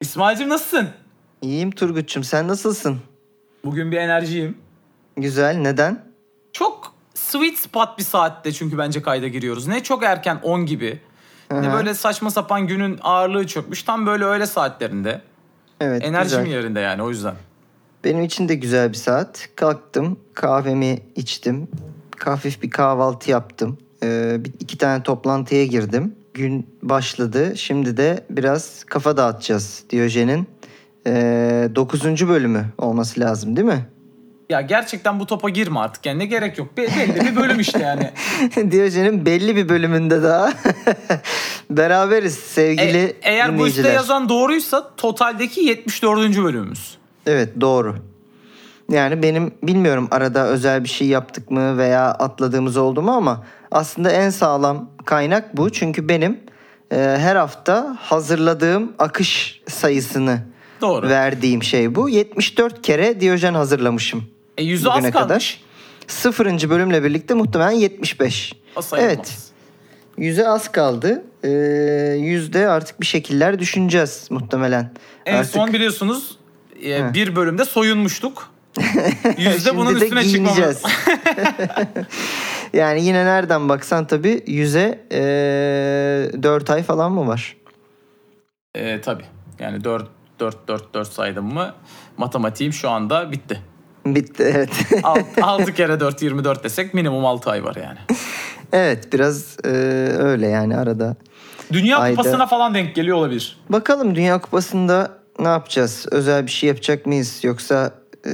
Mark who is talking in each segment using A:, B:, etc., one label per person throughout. A: İsmail'cim nasılsın?
B: İyiyim Turgut'cum sen nasılsın?
A: Bugün bir enerjiyim.
B: Güzel neden?
A: Çok sweet spot bir saatte çünkü bence kayda giriyoruz. Ne çok erken 10 gibi. Ne
B: Aha.
A: böyle saçma sapan günün ağırlığı çökmüş. Tam böyle öğle saatlerinde.
B: Evet
A: Enerjim
B: güzel.
A: yerinde yani o yüzden.
B: Benim için de güzel bir saat. Kalktım kahvemi içtim. Hafif bir kahvaltı yaptım. Ee, bir- iki tane toplantıya girdim. Gün başladı. Şimdi de biraz kafa dağıtacağız Diyojen'in. Ee, dokuzuncu bölümü olması lazım değil mi?
A: Ya gerçekten bu topa girme artık yani ne gerek yok. Be- belli bir bölüm işte yani.
B: Diyojen'in belli bir bölümünde daha beraberiz sevgili
A: E- eğer bu işte
B: dinleyiciler.
A: yazan doğruysa totaldeki 74. bölümümüz.
B: Evet doğru. Yani benim bilmiyorum arada özel bir şey yaptık mı veya atladığımız oldu mu ama aslında en sağlam kaynak bu. Çünkü benim e, her hafta hazırladığım akış sayısını
A: Doğru.
B: verdiğim şey bu. 74 kere Diyojen hazırlamışım
A: E yüzü az
B: bugüne
A: kalmış.
B: kadar. Sıfırıncı bölümle birlikte muhtemelen 75.
A: O sayılmaz.
B: Evet. Yüze az kaldı. Ee, yüzde artık bir şekiller düşüneceğiz muhtemelen.
A: En
B: artık
A: son biliyorsunuz e,
B: Heh.
A: bir bölümde soyunmuştuk. Yüzde
B: Şimdi
A: bunun
B: de
A: üstüne çıkmamız.
B: giyineceğiz. yani yine nereden baksan tabii yüze e, 4 ay falan mı var?
A: E, tabii. Yani 4 4 4 4 saydım mı matematiğim şu anda bitti.
B: Bitti evet.
A: 6 kere 4 24 desek minimum 6 ay var yani.
B: evet biraz e, öyle yani arada.
A: Dünya
B: Ayda.
A: kupasına falan denk geliyor olabilir.
B: Bakalım Dünya Kupası'nda ne yapacağız? Özel bir şey yapacak mıyız? Yoksa e,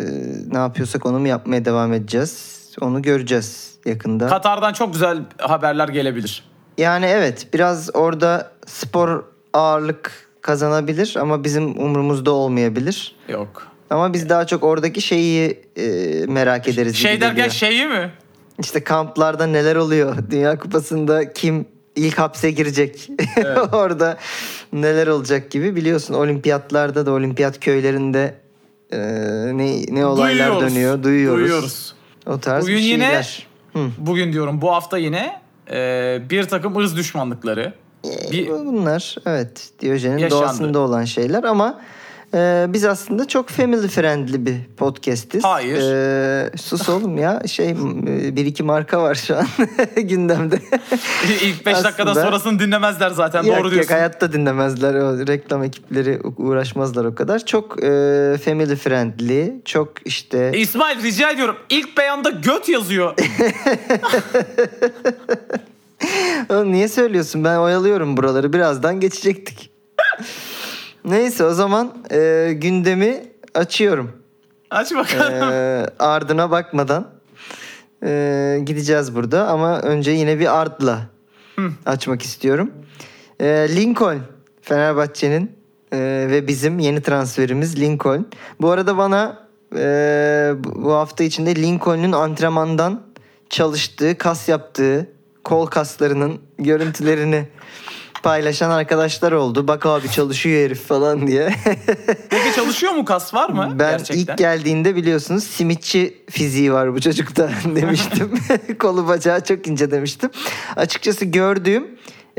B: ne yapıyorsak onu mu yapmaya devam edeceğiz? Onu göreceğiz yakında.
A: Katar'dan çok güzel haberler gelebilir.
B: Yani evet biraz orada spor ağırlık kazanabilir ama bizim umurumuzda olmayabilir.
A: Yok.
B: Ama biz daha çok oradaki şeyi e, merak ederiz. gibi
A: Şey derken
B: geliyor.
A: şeyi mi?
B: İşte kamplarda neler oluyor? Dünya Kupası'nda kim ilk hapse girecek?
A: Evet.
B: Orada neler olacak gibi biliyorsun. Olimpiyatlarda da olimpiyat köylerinde e, ne, ne olaylar
A: Duyuyoruz.
B: dönüyor duyuyoruz.
A: Duyuyoruz.
B: O tarz
A: Bugün
B: bir
A: yine-
B: şeyler.
A: Bugün diyorum bu hafta yine e, bir takım ırz düşmanlıkları. Bir,
B: Bunlar evet Diyojen'in
A: Yaşandı.
B: doğasında olan şeyler ama e, biz aslında çok family friendly bir podcastiz.
A: Hayır.
B: E, sus oğlum ya şey e, bir iki marka var şu an gündemde.
A: ilk 5 dakikadan
B: Aslında-
A: sonrasını dinlemezler zaten
B: Yak
A: doğru
B: yak
A: diyorsun.
B: hayatta dinlemezler o reklam ekipleri u- uğraşmazlar o kadar. Çok e, family friendly çok işte
A: İsmail rica ediyorum ilk beyanda göt yazıyor. E-
B: Oğlum niye söylüyorsun ben oyalıyorum buraları birazdan geçecektik. Neyse o zaman e, gündemi açıyorum.
A: Aç bakalım.
B: Ee, ardına bakmadan ee, gideceğiz burada ama önce yine bir ardla açmak istiyorum. Ee, Lincoln Fenerbahçe'nin ee, ve bizim yeni transferimiz Lincoln. Bu arada bana ee, bu bu hafta içinde Lincoln'un antrenmandan çalıştığı, kas yaptığı kol kaslarının görüntülerini paylaşan arkadaşlar oldu. Bak abi çalışıyor herif falan diye.
A: Peki çalışıyor mu kas var mı?
B: Ben
A: Gerçekten.
B: ilk geldiğinde biliyorsunuz simitçi fiziği var bu çocukta demiştim. Kolu bacağı çok ince demiştim. Açıkçası gördüğüm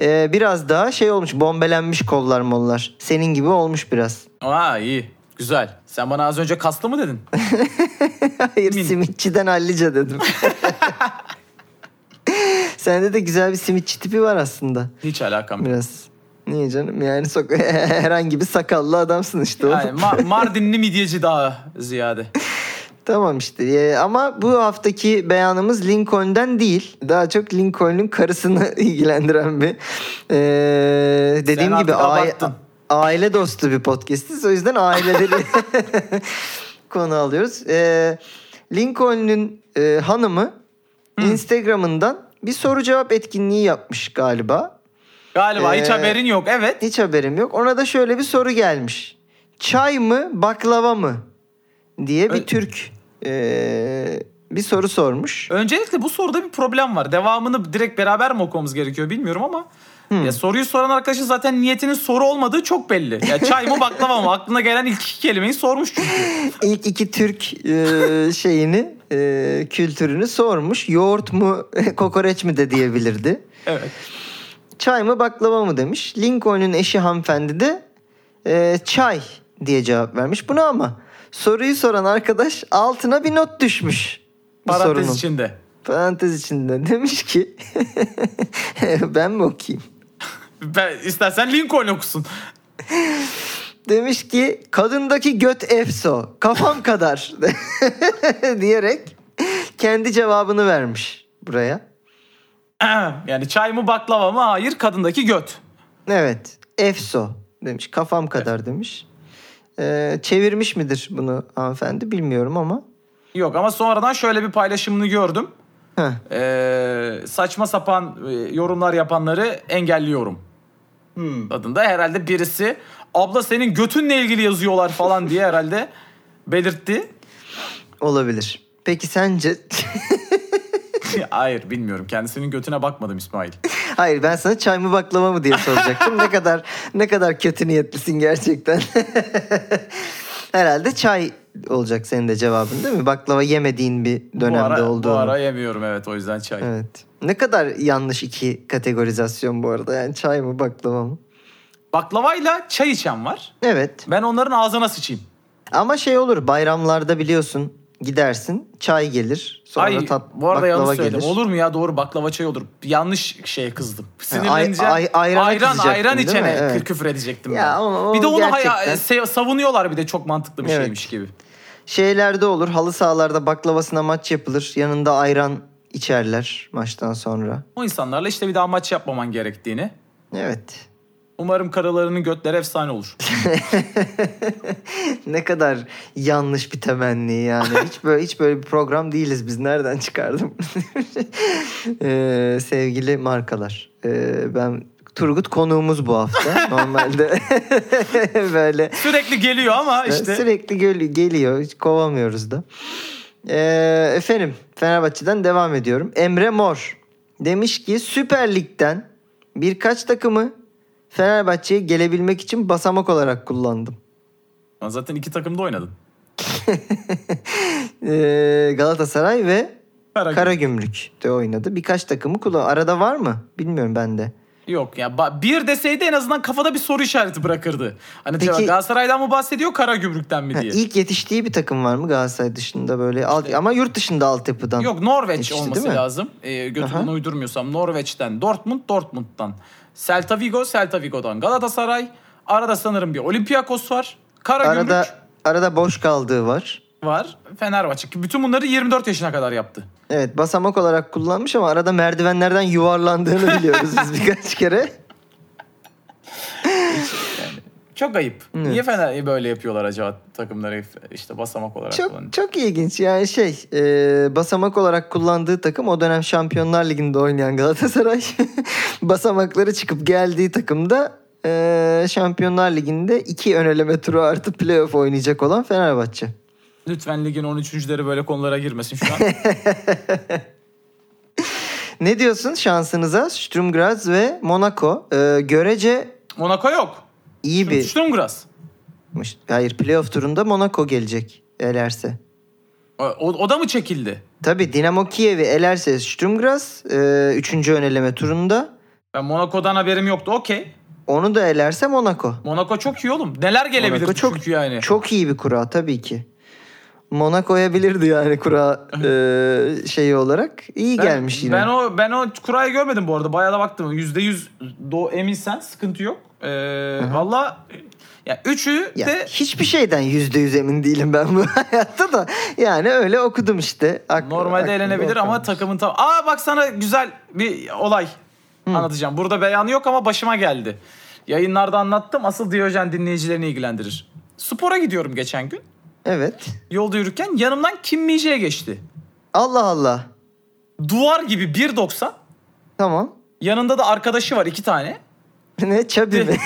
B: e, biraz daha şey olmuş bombelenmiş kollar mollar. Senin gibi olmuş biraz.
A: Aa iyi. Güzel. Sen bana az önce kaslı mı dedin?
B: Hayır
A: Min.
B: simitçiden hallice dedim. Sende de güzel bir simitçi tipi var aslında
A: Hiç alakam yok.
B: biraz. Niye canım yani sok- herhangi bir sakallı adamsın işte. oğlum.
A: Yani Ma- Mardinli midyeci daha ziyade.
B: Tamam işte Ee, ama bu haftaki beyanımız Lincoln'den değil. Daha çok Lincoln'un karısını ilgilendiren bir ee, dediğim
A: Sen
B: gibi
A: artık
B: ai-
A: abarttın.
B: aile dostu bir podcastiz. O yüzden aileleri konu alıyoruz. Ee, Lincoln'un ee, hanımı Instagram'ından bir soru cevap etkinliği yapmış galiba.
A: Galiba hiç
B: Ee,
A: haberin yok. Evet.
B: Hiç haberim yok. Ona da şöyle bir soru gelmiş. Çay mı baklava mı diye bir
A: Ö-
B: Türk eee, bir soru sormuş.
A: Öncelikle bu soruda bir problem var. Devamını direkt beraber mi okumamız gerekiyor bilmiyorum ama
B: Hmm.
A: ya soruyu soran arkadaşın zaten niyetinin soru olmadığı çok belli. Ya çay mı baklava mı? Aklına gelen ilk iki kelimeyi sormuş çünkü.
B: İlk iki Türk eee, şeyini eee, kültürünü sormuş. Yoğurt mu kokoreç mi de diyebilirdi.
A: Evet.
B: Çay mı baklava mı demiş. Lincoln'un eşi hanımefendi de e, çay diye cevap vermiş. Bunu ama soruyu soran arkadaş altına bir not düşmüş. Bu
A: Parantez
B: sorunun.
A: içinde.
B: Parantez içinde demiş ki ben mi okuyayım?
A: Ben, istersen Lincoln okusun.
B: Demiş ki kadındaki göt efso kafam kadar diyerek kendi cevabını vermiş buraya.
A: yani çay mı baklava mı? Hayır kadındaki göt.
B: Evet efso demiş kafam kadar demiş. Ee, çevirmiş midir bunu hanımefendi bilmiyorum ama.
A: Yok ama sonradan şöyle bir paylaşımını gördüm.
B: Heh.
A: Ee, saçma sapan e, yorumlar yapanları engelliyorum.
B: Hmm.
A: Adında herhalde birisi abla senin götünle ilgili yazıyorlar falan diye herhalde belirtti.
B: Olabilir. Peki sence...
A: Hayır bilmiyorum kendisinin götüne bakmadım İsmail.
B: Hayır ben sana çay mı baklava mı diye soracaktım. ne kadar ne kadar kötü niyetlisin gerçekten. Herhalde çay olacak senin de cevabın değil mi? Baklava yemediğin bir
A: bu
B: dönemde
A: ara,
B: olduğunu.
A: Bu ara yemiyorum evet o yüzden çay.
B: Evet. Ne kadar yanlış iki kategorizasyon bu arada. Yani çay mı baklava mı?
A: Baklavayla çay içen var.
B: Evet.
A: Ben onların ağzına sıçayım.
B: Ama şey olur bayramlarda biliyorsun gidersin çay gelir. Sonra
A: Ay
B: tat
A: bu arada
B: baklava
A: yanlış söyledim.
B: gelir.
A: Olur mu ya doğru baklava çay olur. Yanlış şeye kızdım. Sinirleneceğim.
B: ay- ayrana
A: ayran
B: kızacaktın,
A: ayran
B: değil mi?
A: içene
B: Evet.
A: kü- küfür edecektim
B: Ya
A: ben.
B: o-
A: bir de
B: o
A: onu haya-
B: gerçekten.
A: se- savunuyorlar bir de çok mantıklı bir
B: Evet.
A: şeymiş gibi.
B: Şeylerde olur halı sahalarda baklavasına maç yapılır. Yanında ayran içerler maçtan sonra.
A: O insanlarla işte bir daha maç yapmaman gerektiğini.
B: Evet.
A: Umarım karılarının götleri efsane olur.
B: Ne kadar yanlış bir temenni yani. Hiç böyle hiç böyle bir program değiliz biz. Nereden çıkardım? Ee, sevgili markalar. ee, ben Turgut konuğumuz bu hafta. Normalde böyle
A: Sürekli geliyor ama işte.
B: sürekli gel- geliyor. Hiç kovamıyoruz da. Ee, efendim Fenerbahçe'den devam ediyorum. Emre Mor demiş ki Süper Lig'den birkaç takımı Fenerbahçe'ye gelebilmek için basamak olarak kullandım.
A: Lan Zaten iki takımda oynadın.
B: Ee, Galatasaray ve
A: Karagümrük.
B: Karagümrük'te oynadı. Birkaç takımı kullan. Arada var mı? Bilmiyorum ben de.
A: Yok ya ba- bir deseydi en azından kafada bir soru işareti bırakırdı. Hani
B: Peki-
A: acaba Galatasaray'dan mı bahsediyor Karagümrük'ten mi
B: Ha,
A: diye.
B: İlk yetiştiği bir takım var mı Galatasaray dışında böyle? Alt, ama yurt dışında altyapıdan.
A: Yok Norveç
B: Yetişti,
A: olması
B: değil mi?
A: lazım. Ee, götümden
B: Aha.
A: uydurmuyorsam Norveç'ten Dortmund Dortmund'dan. Celta Vigo Celta Vigo'dan Galatasaray. Arada sanırım bir Olympiakos var. Karagümrük
B: Arada arada boş kaldığı var.
A: var. Fenerbahçe. Bütün bunları 24 yaşına kadar yaptı.
B: Evet basamak olarak kullanmış ama arada merdivenlerden yuvarlandığını biliyoruz biz birkaç kere.
A: Çok ayıp. Niye Fener böyle yapıyorlar acaba takımları işte basamak olarak kullanıyor?
B: Çok çok ilginç yani şey e, basamak olarak kullandığı takım o dönem Şampiyonlar Ligi'nde oynayan Galatasaray basamakları çıkıp geldiği takımda e, Şampiyonlar Ligi'nde iki ön eleme turu artı playoff oynayacak olan Fenerbahçe.
A: Lütfen ligin 13.leri böyle konulara girmesin şu an.
B: Ne diyorsun şansınıza Sturm Graz ve Monaco e, görece
A: Monaco yok.
B: iyi bir
A: Sturmgras.
B: hayır playoff turunda Monaco gelecek elerse.
A: O, o da mı çekildi?
B: Tabii Dinamo Kiev'i elerse Sturmgras e, üçüncü ön eleme turunda.
A: Ben Monaco'dan haberim yoktu. Okey.
B: Onu da elerse Monaco.
A: Monaco çok iyi oğlum. Neler gelebilir
B: Monaco çok-
A: çünkü yani.
B: Çok iyi bir kura tabii ki. Monaco'ya bilirdi yani kura e, şeyi olarak. İyi
A: Ben-
B: gelmiş yine.
A: Ben o ben o kurayı görmedim bu arada. Bayağı da baktım. Yüzde yüz do eminsen sıkıntı yok. Ee, Valla ya üçü
B: Ya,
A: de
B: hiçbir şeyden yüzde yüz emin değilim ben bu hayatta da. Yani öyle okudum işte. Ak-
A: normalde
B: aklımda
A: elenebilir ama
B: kalmış.
A: takımın tam. Aa bak sana güzel bir olay anlatacağım. Burada beyanı yok ama başıma geldi. Yayınlarda anlattım. Asıl Diyojen dinleyicilerini ilgilendirir. Spora gidiyorum geçen gün.
B: Evet.
A: Yolda yürürken yanımdan Kim Mije'ye geçti.
B: Allah Allah.
A: Duvar gibi 1.90.
B: Tamam.
A: Yanında da arkadaşı var iki tane.
B: Ne çabi mi?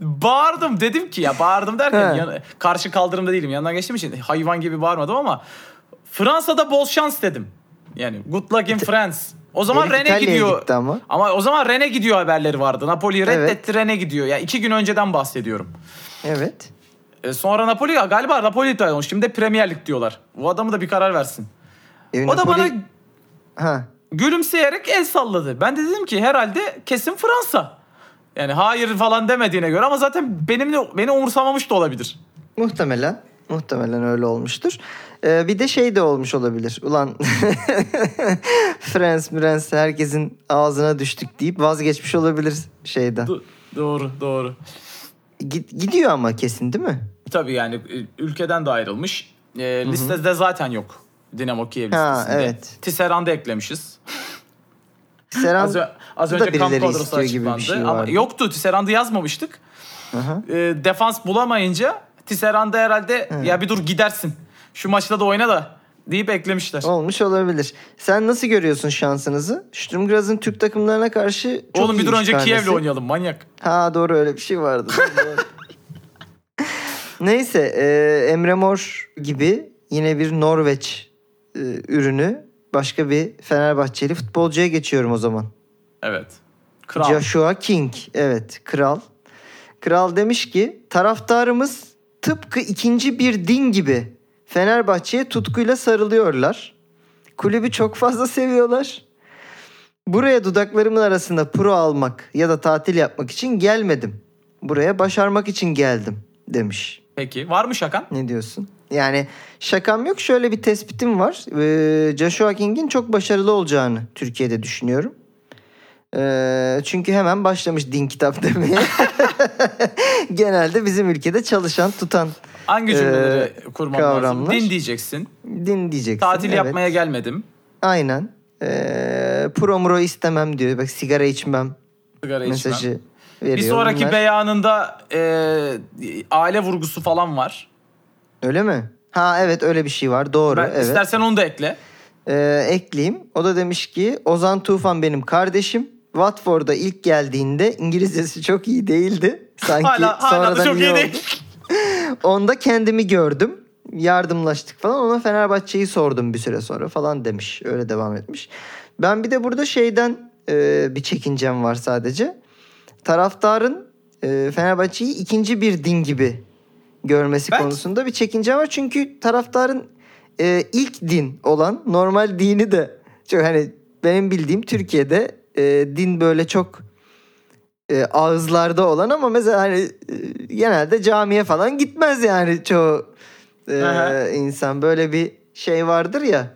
A: Bağırdım dedim ki ya bağırdım derken
B: He.
A: yan- karşı kaldırımda değilim yanından geçtiğim için hayvan gibi bağırmadım ama Fransa'da bol şans dedim. Yani good luck in France. O zaman
B: Herif
A: Rene
B: İtalya'ya
A: gidiyor.
B: gitti ama.
A: o zaman Rene gidiyor haberleri vardı. Napoli reddetti Rene gidiyor. Ya iki gün önceden bahsediyorum.
B: evet.
A: E, sonra Napoli ya galiba Napoli iptal olmuş. Şimdi de Premier Lig diyorlar. Bu adamı da bir karar versin.
B: E,
A: O da bana
B: Napoli- ha.
A: gülümseyerek el salladı. Ben de dedim ki herhalde kesin Fransa. Yani hayır falan demediğine göre ama zaten benimle beni umursamamış da olabilir.
B: Muhtemelen. Muhtemelen öyle olmuştur. Ee, bir de şey de olmuş olabilir. Ulan Friends, Friends herkesin ağzına düştük deyip vazgeçmiş olabilir şeyden.
A: Do- doğru, doğru.
B: Gid- gidiyor ama kesin değil mi?
A: Tabii yani e, ülkeden de ayrılmış. E, listede zaten yok. Dinamo Kiev
B: Ha,
A: listesinde.
B: evet.
A: Tisserand'ı eklemişiz.
B: Seran
A: Az, ö- az
B: Bu da
A: önce kamp
B: birileri
A: kadrosu
B: istiyor gibi bir
A: açıklandı.
B: şey
A: ama
B: vardı.
A: yoktu. Tisserand'ı yazmamıştık.
B: Aha.
A: E, defans bulamayınca Tisserand'ı herhalde ya bir dur gidersin. Şu maçta da oyna da deyip eklemişler.
B: olmuş olabilir. Sen nasıl görüyorsun şansınızı? Sturmgraz'ın Türk takımlarına karşı çok
A: Oğlum bir dur
B: iyiymiş
A: önce
B: karnesi.
A: Kiev'le oynayalım manyak.
B: Ha doğru öyle bir şey vardı. Doğru. Neyse e, Emre Mor gibi yine bir Norveç e, ürünü başka bir Fenerbahçeli futbolcuya geçiyorum o zaman.
A: Evet. Kral.
B: Joshua King evet kral. Kral demiş ki taraftarımız tıpkı ikinci bir din gibi Fenerbahçe'ye tutkuyla sarılıyorlar. Kulübü çok fazla seviyorlar. Buraya dudaklarımın arasında pro almak ya da tatil yapmak için gelmedim. Buraya başarmak için geldim demiş.
A: Peki. Var mı şakan?
B: Ne diyorsun? Yani şakam yok şöyle bir tespitim var. Ee, Joshua King'in çok başarılı olacağını Türkiye'de düşünüyorum. Ee, çünkü hemen başlamış din kitap demeye. Genelde bizim ülkede çalışan tutan
A: Hangi cümleleri kurmam lazım?
B: Ee, kavramlar.
A: Din diyeceksin.
B: din diyeceksin.
A: Tatil
B: evet.
A: yapmaya gelmedim.
B: Aynen. Ee, promuro istemem diyor. Bak sigara içmem
A: Sigara içmem.
B: mesajı veriyor.
A: Bir sonraki
B: Bunlar-
A: beyanında e, aile vurgusu falan var.
B: Öyle mi? Ha evet öyle bir şey var. Doğru.
A: Ben,
B: evet.
A: İstersen onu da ekle.
B: Ee, ekleyeyim. O da demiş ki Ozan Tufan benim kardeşim. Watford'a ilk geldiğinde İngilizcesi çok iyi değildi. Sanki
A: Hala, hala da
B: sonradan
A: çok iyi
B: oldu.
A: değil.
B: Onda kendimi gördüm. Yardımlaştık falan. Ona Fenerbahçe'yi sordum bir süre sonra falan demiş. Öyle devam etmiş. Ben bir de burada şeyden e, bir çekincem var sadece. Taraftarın e, Fenerbahçe'yi ikinci bir din gibi görmesi
A: Belki-
B: konusunda bir çekincem var. Çünkü taraftarın e, ilk din olan normal dini de çok hani benim bildiğim Türkiye'de e, din böyle çok e, ağızlarda olan ama mesela hani e, genelde camiye falan gitmez yani çoğu e,
A: Aha.
B: insan böyle bir şey vardır ya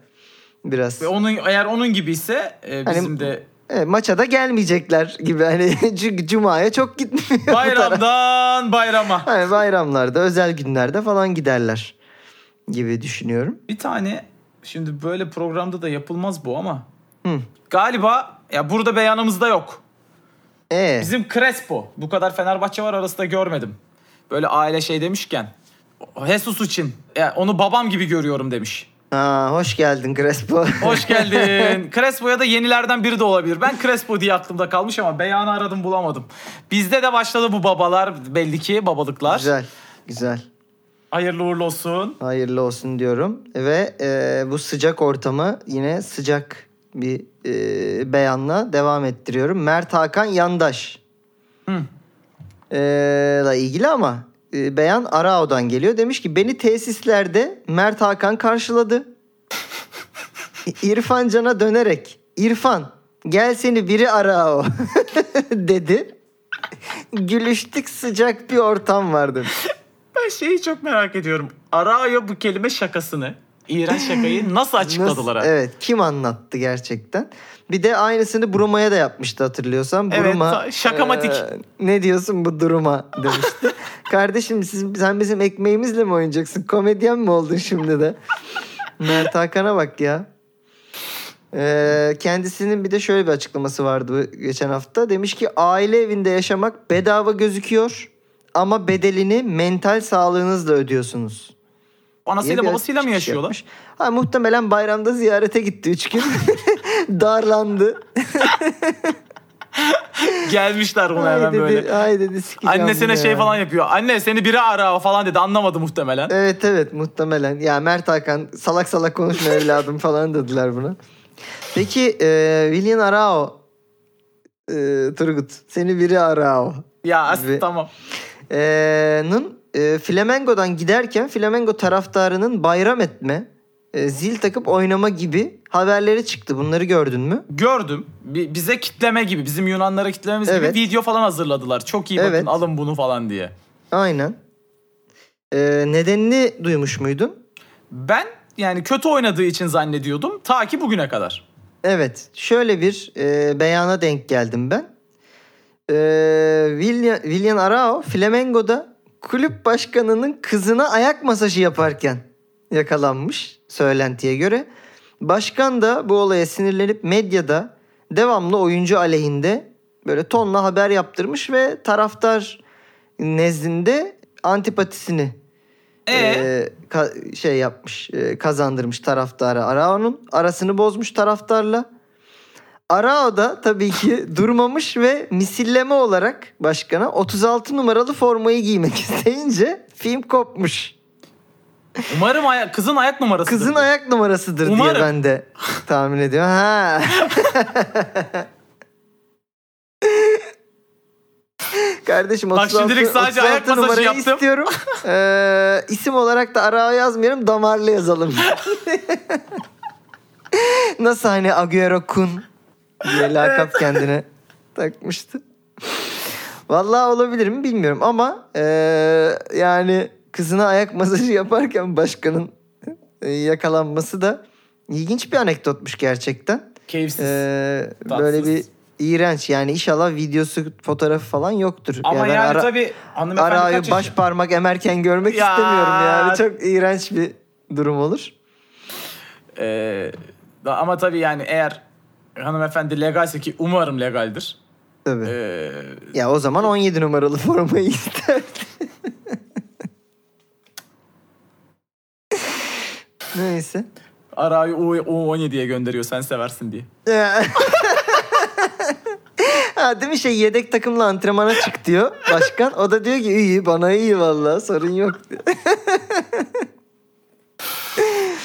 B: biraz.
A: Ve onun eğer onun gibi ise e, bizim
B: Hani-
A: de
B: E, maça da gelmeyecekler gibi hani çünkü cumaya çok gitmiyor. bu taraf.
A: bayramdan bayrama.
B: Hani bayramlarda, özel günlerde falan giderler gibi düşünüyorum.
A: Bir tane şimdi böyle programda da yapılmaz bu ama
B: Hı.
A: galiba ya burada beyanımızda yok.
B: E,
A: Bizim Crespo. Bu kadar Fenerbahçe var arasında görmedim. Böyle aile şey demişken. Jesus için. ya onu babam gibi görüyorum demiş.
B: ha, hoş geldin Crespo.
A: Hoş geldin. Crespo'ya da yenilerden biri de olabilir. Ben Crespo diye aklımda kalmış ama beyanı aradım bulamadım. Bizde de başladı bu babalar belli ki babalıklar.
B: güzel, güzel.
A: Hayırlı uğurlu olsun.
B: Hayırlı olsun diyorum ve e, bu sıcak ortamı yine sıcak bir e, beyanla devam ettiriyorum. Mert Hakan Yandaş
A: Hı.
B: E, la ilgili ama e, beyan Arao'dan geliyor. Demiş ki beni tesislerde Mert Hakan karşıladı. İ- İrfan Can'a dönerek İrfan gel seni biri Arao dedi. Gülüştük sıcak bir ortam vardı.
A: Ben şeyi çok merak ediyorum. Arayo bu kelime şakasını, iğrenç şakayı nasıl açıkladılar? abi?
B: Nasıl- Evet kim anlattı gerçekten. Bir de aynısını Bruma'ya da yapmıştı hatırlıyorsan.
A: Evet,
B: Bruma,
A: ta- şakamatik.
B: eee, ne diyorsun bu duruma demişti. Kardeşim siz, sen bizim ekmeğimizle mi oynayacaksın? Komedyen mi oldun şimdi de? Mert Hakan'a bak ya. Eee, kendisinin bir de şöyle bir açıklaması vardı bu geçen hafta. Demiş ki aile evinde yaşamak bedava gözüküyor ama bedelini mental sağlığınızla ödüyorsunuz.
A: Anasıyla
B: Niye bir
A: babasıyla mı
B: çıkış
A: yaşıyorlar?
B: yapmış? Ha, muhtemelen bayramda ziyarete gitti 3 gün. Darlandı.
A: Gelmişler buna
B: Ay
A: hemen
B: dedi,
A: böyle.
B: ay dedi sikeceğim
A: Annesine
B: bunu
A: şey
B: ya.
A: falan yapıyor. Anne seni biri ara falan dedi. Anlamadı muhtemelen.
B: Evet evet muhtemelen. Ya Mert Hakan salak salak konuşma evladım falan dediler buna. Peki e, William Arao e, Turgut seni biri Arao
A: ya as-
B: Ve-
A: tamam.
B: e, nun, e, Flamengo'dan giderken Flamengo taraftarının bayram etme e, e, zil takıp oynama gibi haberleri çıktı. Bunları gördün mü?
A: Gördüm. Bi- Bize kitleme gibi, bizim Yunanlara kitlememiz
B: Evet.
A: gibi video falan hazırladılar. Çok iyi bakın
B: Evet.
A: alın bunu falan diye.
B: Aynen. E, nedenini duymuş muydun?
A: Ben yani kötü oynadığı için zannediyordum ta ki bugüne kadar.
B: Evet. Şöyle bir e, beyana denk geldim ben. E, William, William Arao Flamengo'da kulüp başkanının kızına ayak masajı yaparken yakalanmış söylentiye göre. Başkan da bu olaya sinirlenip medyada devamlı oyuncu aleyhinde böyle tonla haber yaptırmış ve taraftar nezdinde antipatisini
A: E
B: e, ka- şey yapmış e, kazandırmış taraftarı Arao'nun arasını bozmuş taraftarla. Arao da tabii ki durmamış ve misilleme olarak başkana 36 numaralı formayı giymek isteyince film kopmuş.
A: umarım aya- kızın ayak numarası.
B: Kızın ayak numarasıdır
A: Umarım.
B: diye ben de tahmin ediyorum. Ha. Kardeşim
A: Bak
B: 36,
A: şimdilik sadece
B: 36
A: ayak masajı
B: numarayı
A: yaptım.
B: istiyorum. Ee, isim olarak da arağa yazmayalım damarlı yazalım. Nasıl hani Agüero Kun diye lakap kendine takmıştı. Vallahi olabilir mi bilmiyorum ama eee, yani kızına ayak masajı yaparken başkanın eee, yakalanması da ilginç bir anekdotmuş gerçekten.
A: Keyifsiz.
B: Eee,
A: Tatsız.
B: Ee, böyle bir iğrenç yani inşallah videosu fotoğrafı falan yoktur.
A: Ama
B: ben
A: yani,
B: ara-
A: tabii hanımefendi
B: Arayı
A: kaç
B: baş
A: yaşında?
B: parmak emerken görmek
A: Ya.
B: istemiyorum yani çok iğrenç bir durum olur.
A: Ee, da- ama tabii yani eğer hanımefendi legalse ki umarım legaldir.
B: Tabii.
A: Ee,
B: Ya o zaman 17 numaralı formayı isterdi. Neyse.
A: Aray'ı U- U17'ye gönderiyor sen seversin diye.
B: Ya. ha, değil mi şey yedek takımla antrenmana çık diyor başkan. O da diyor ki iyi bana iyi vallahi sorun yok diyor.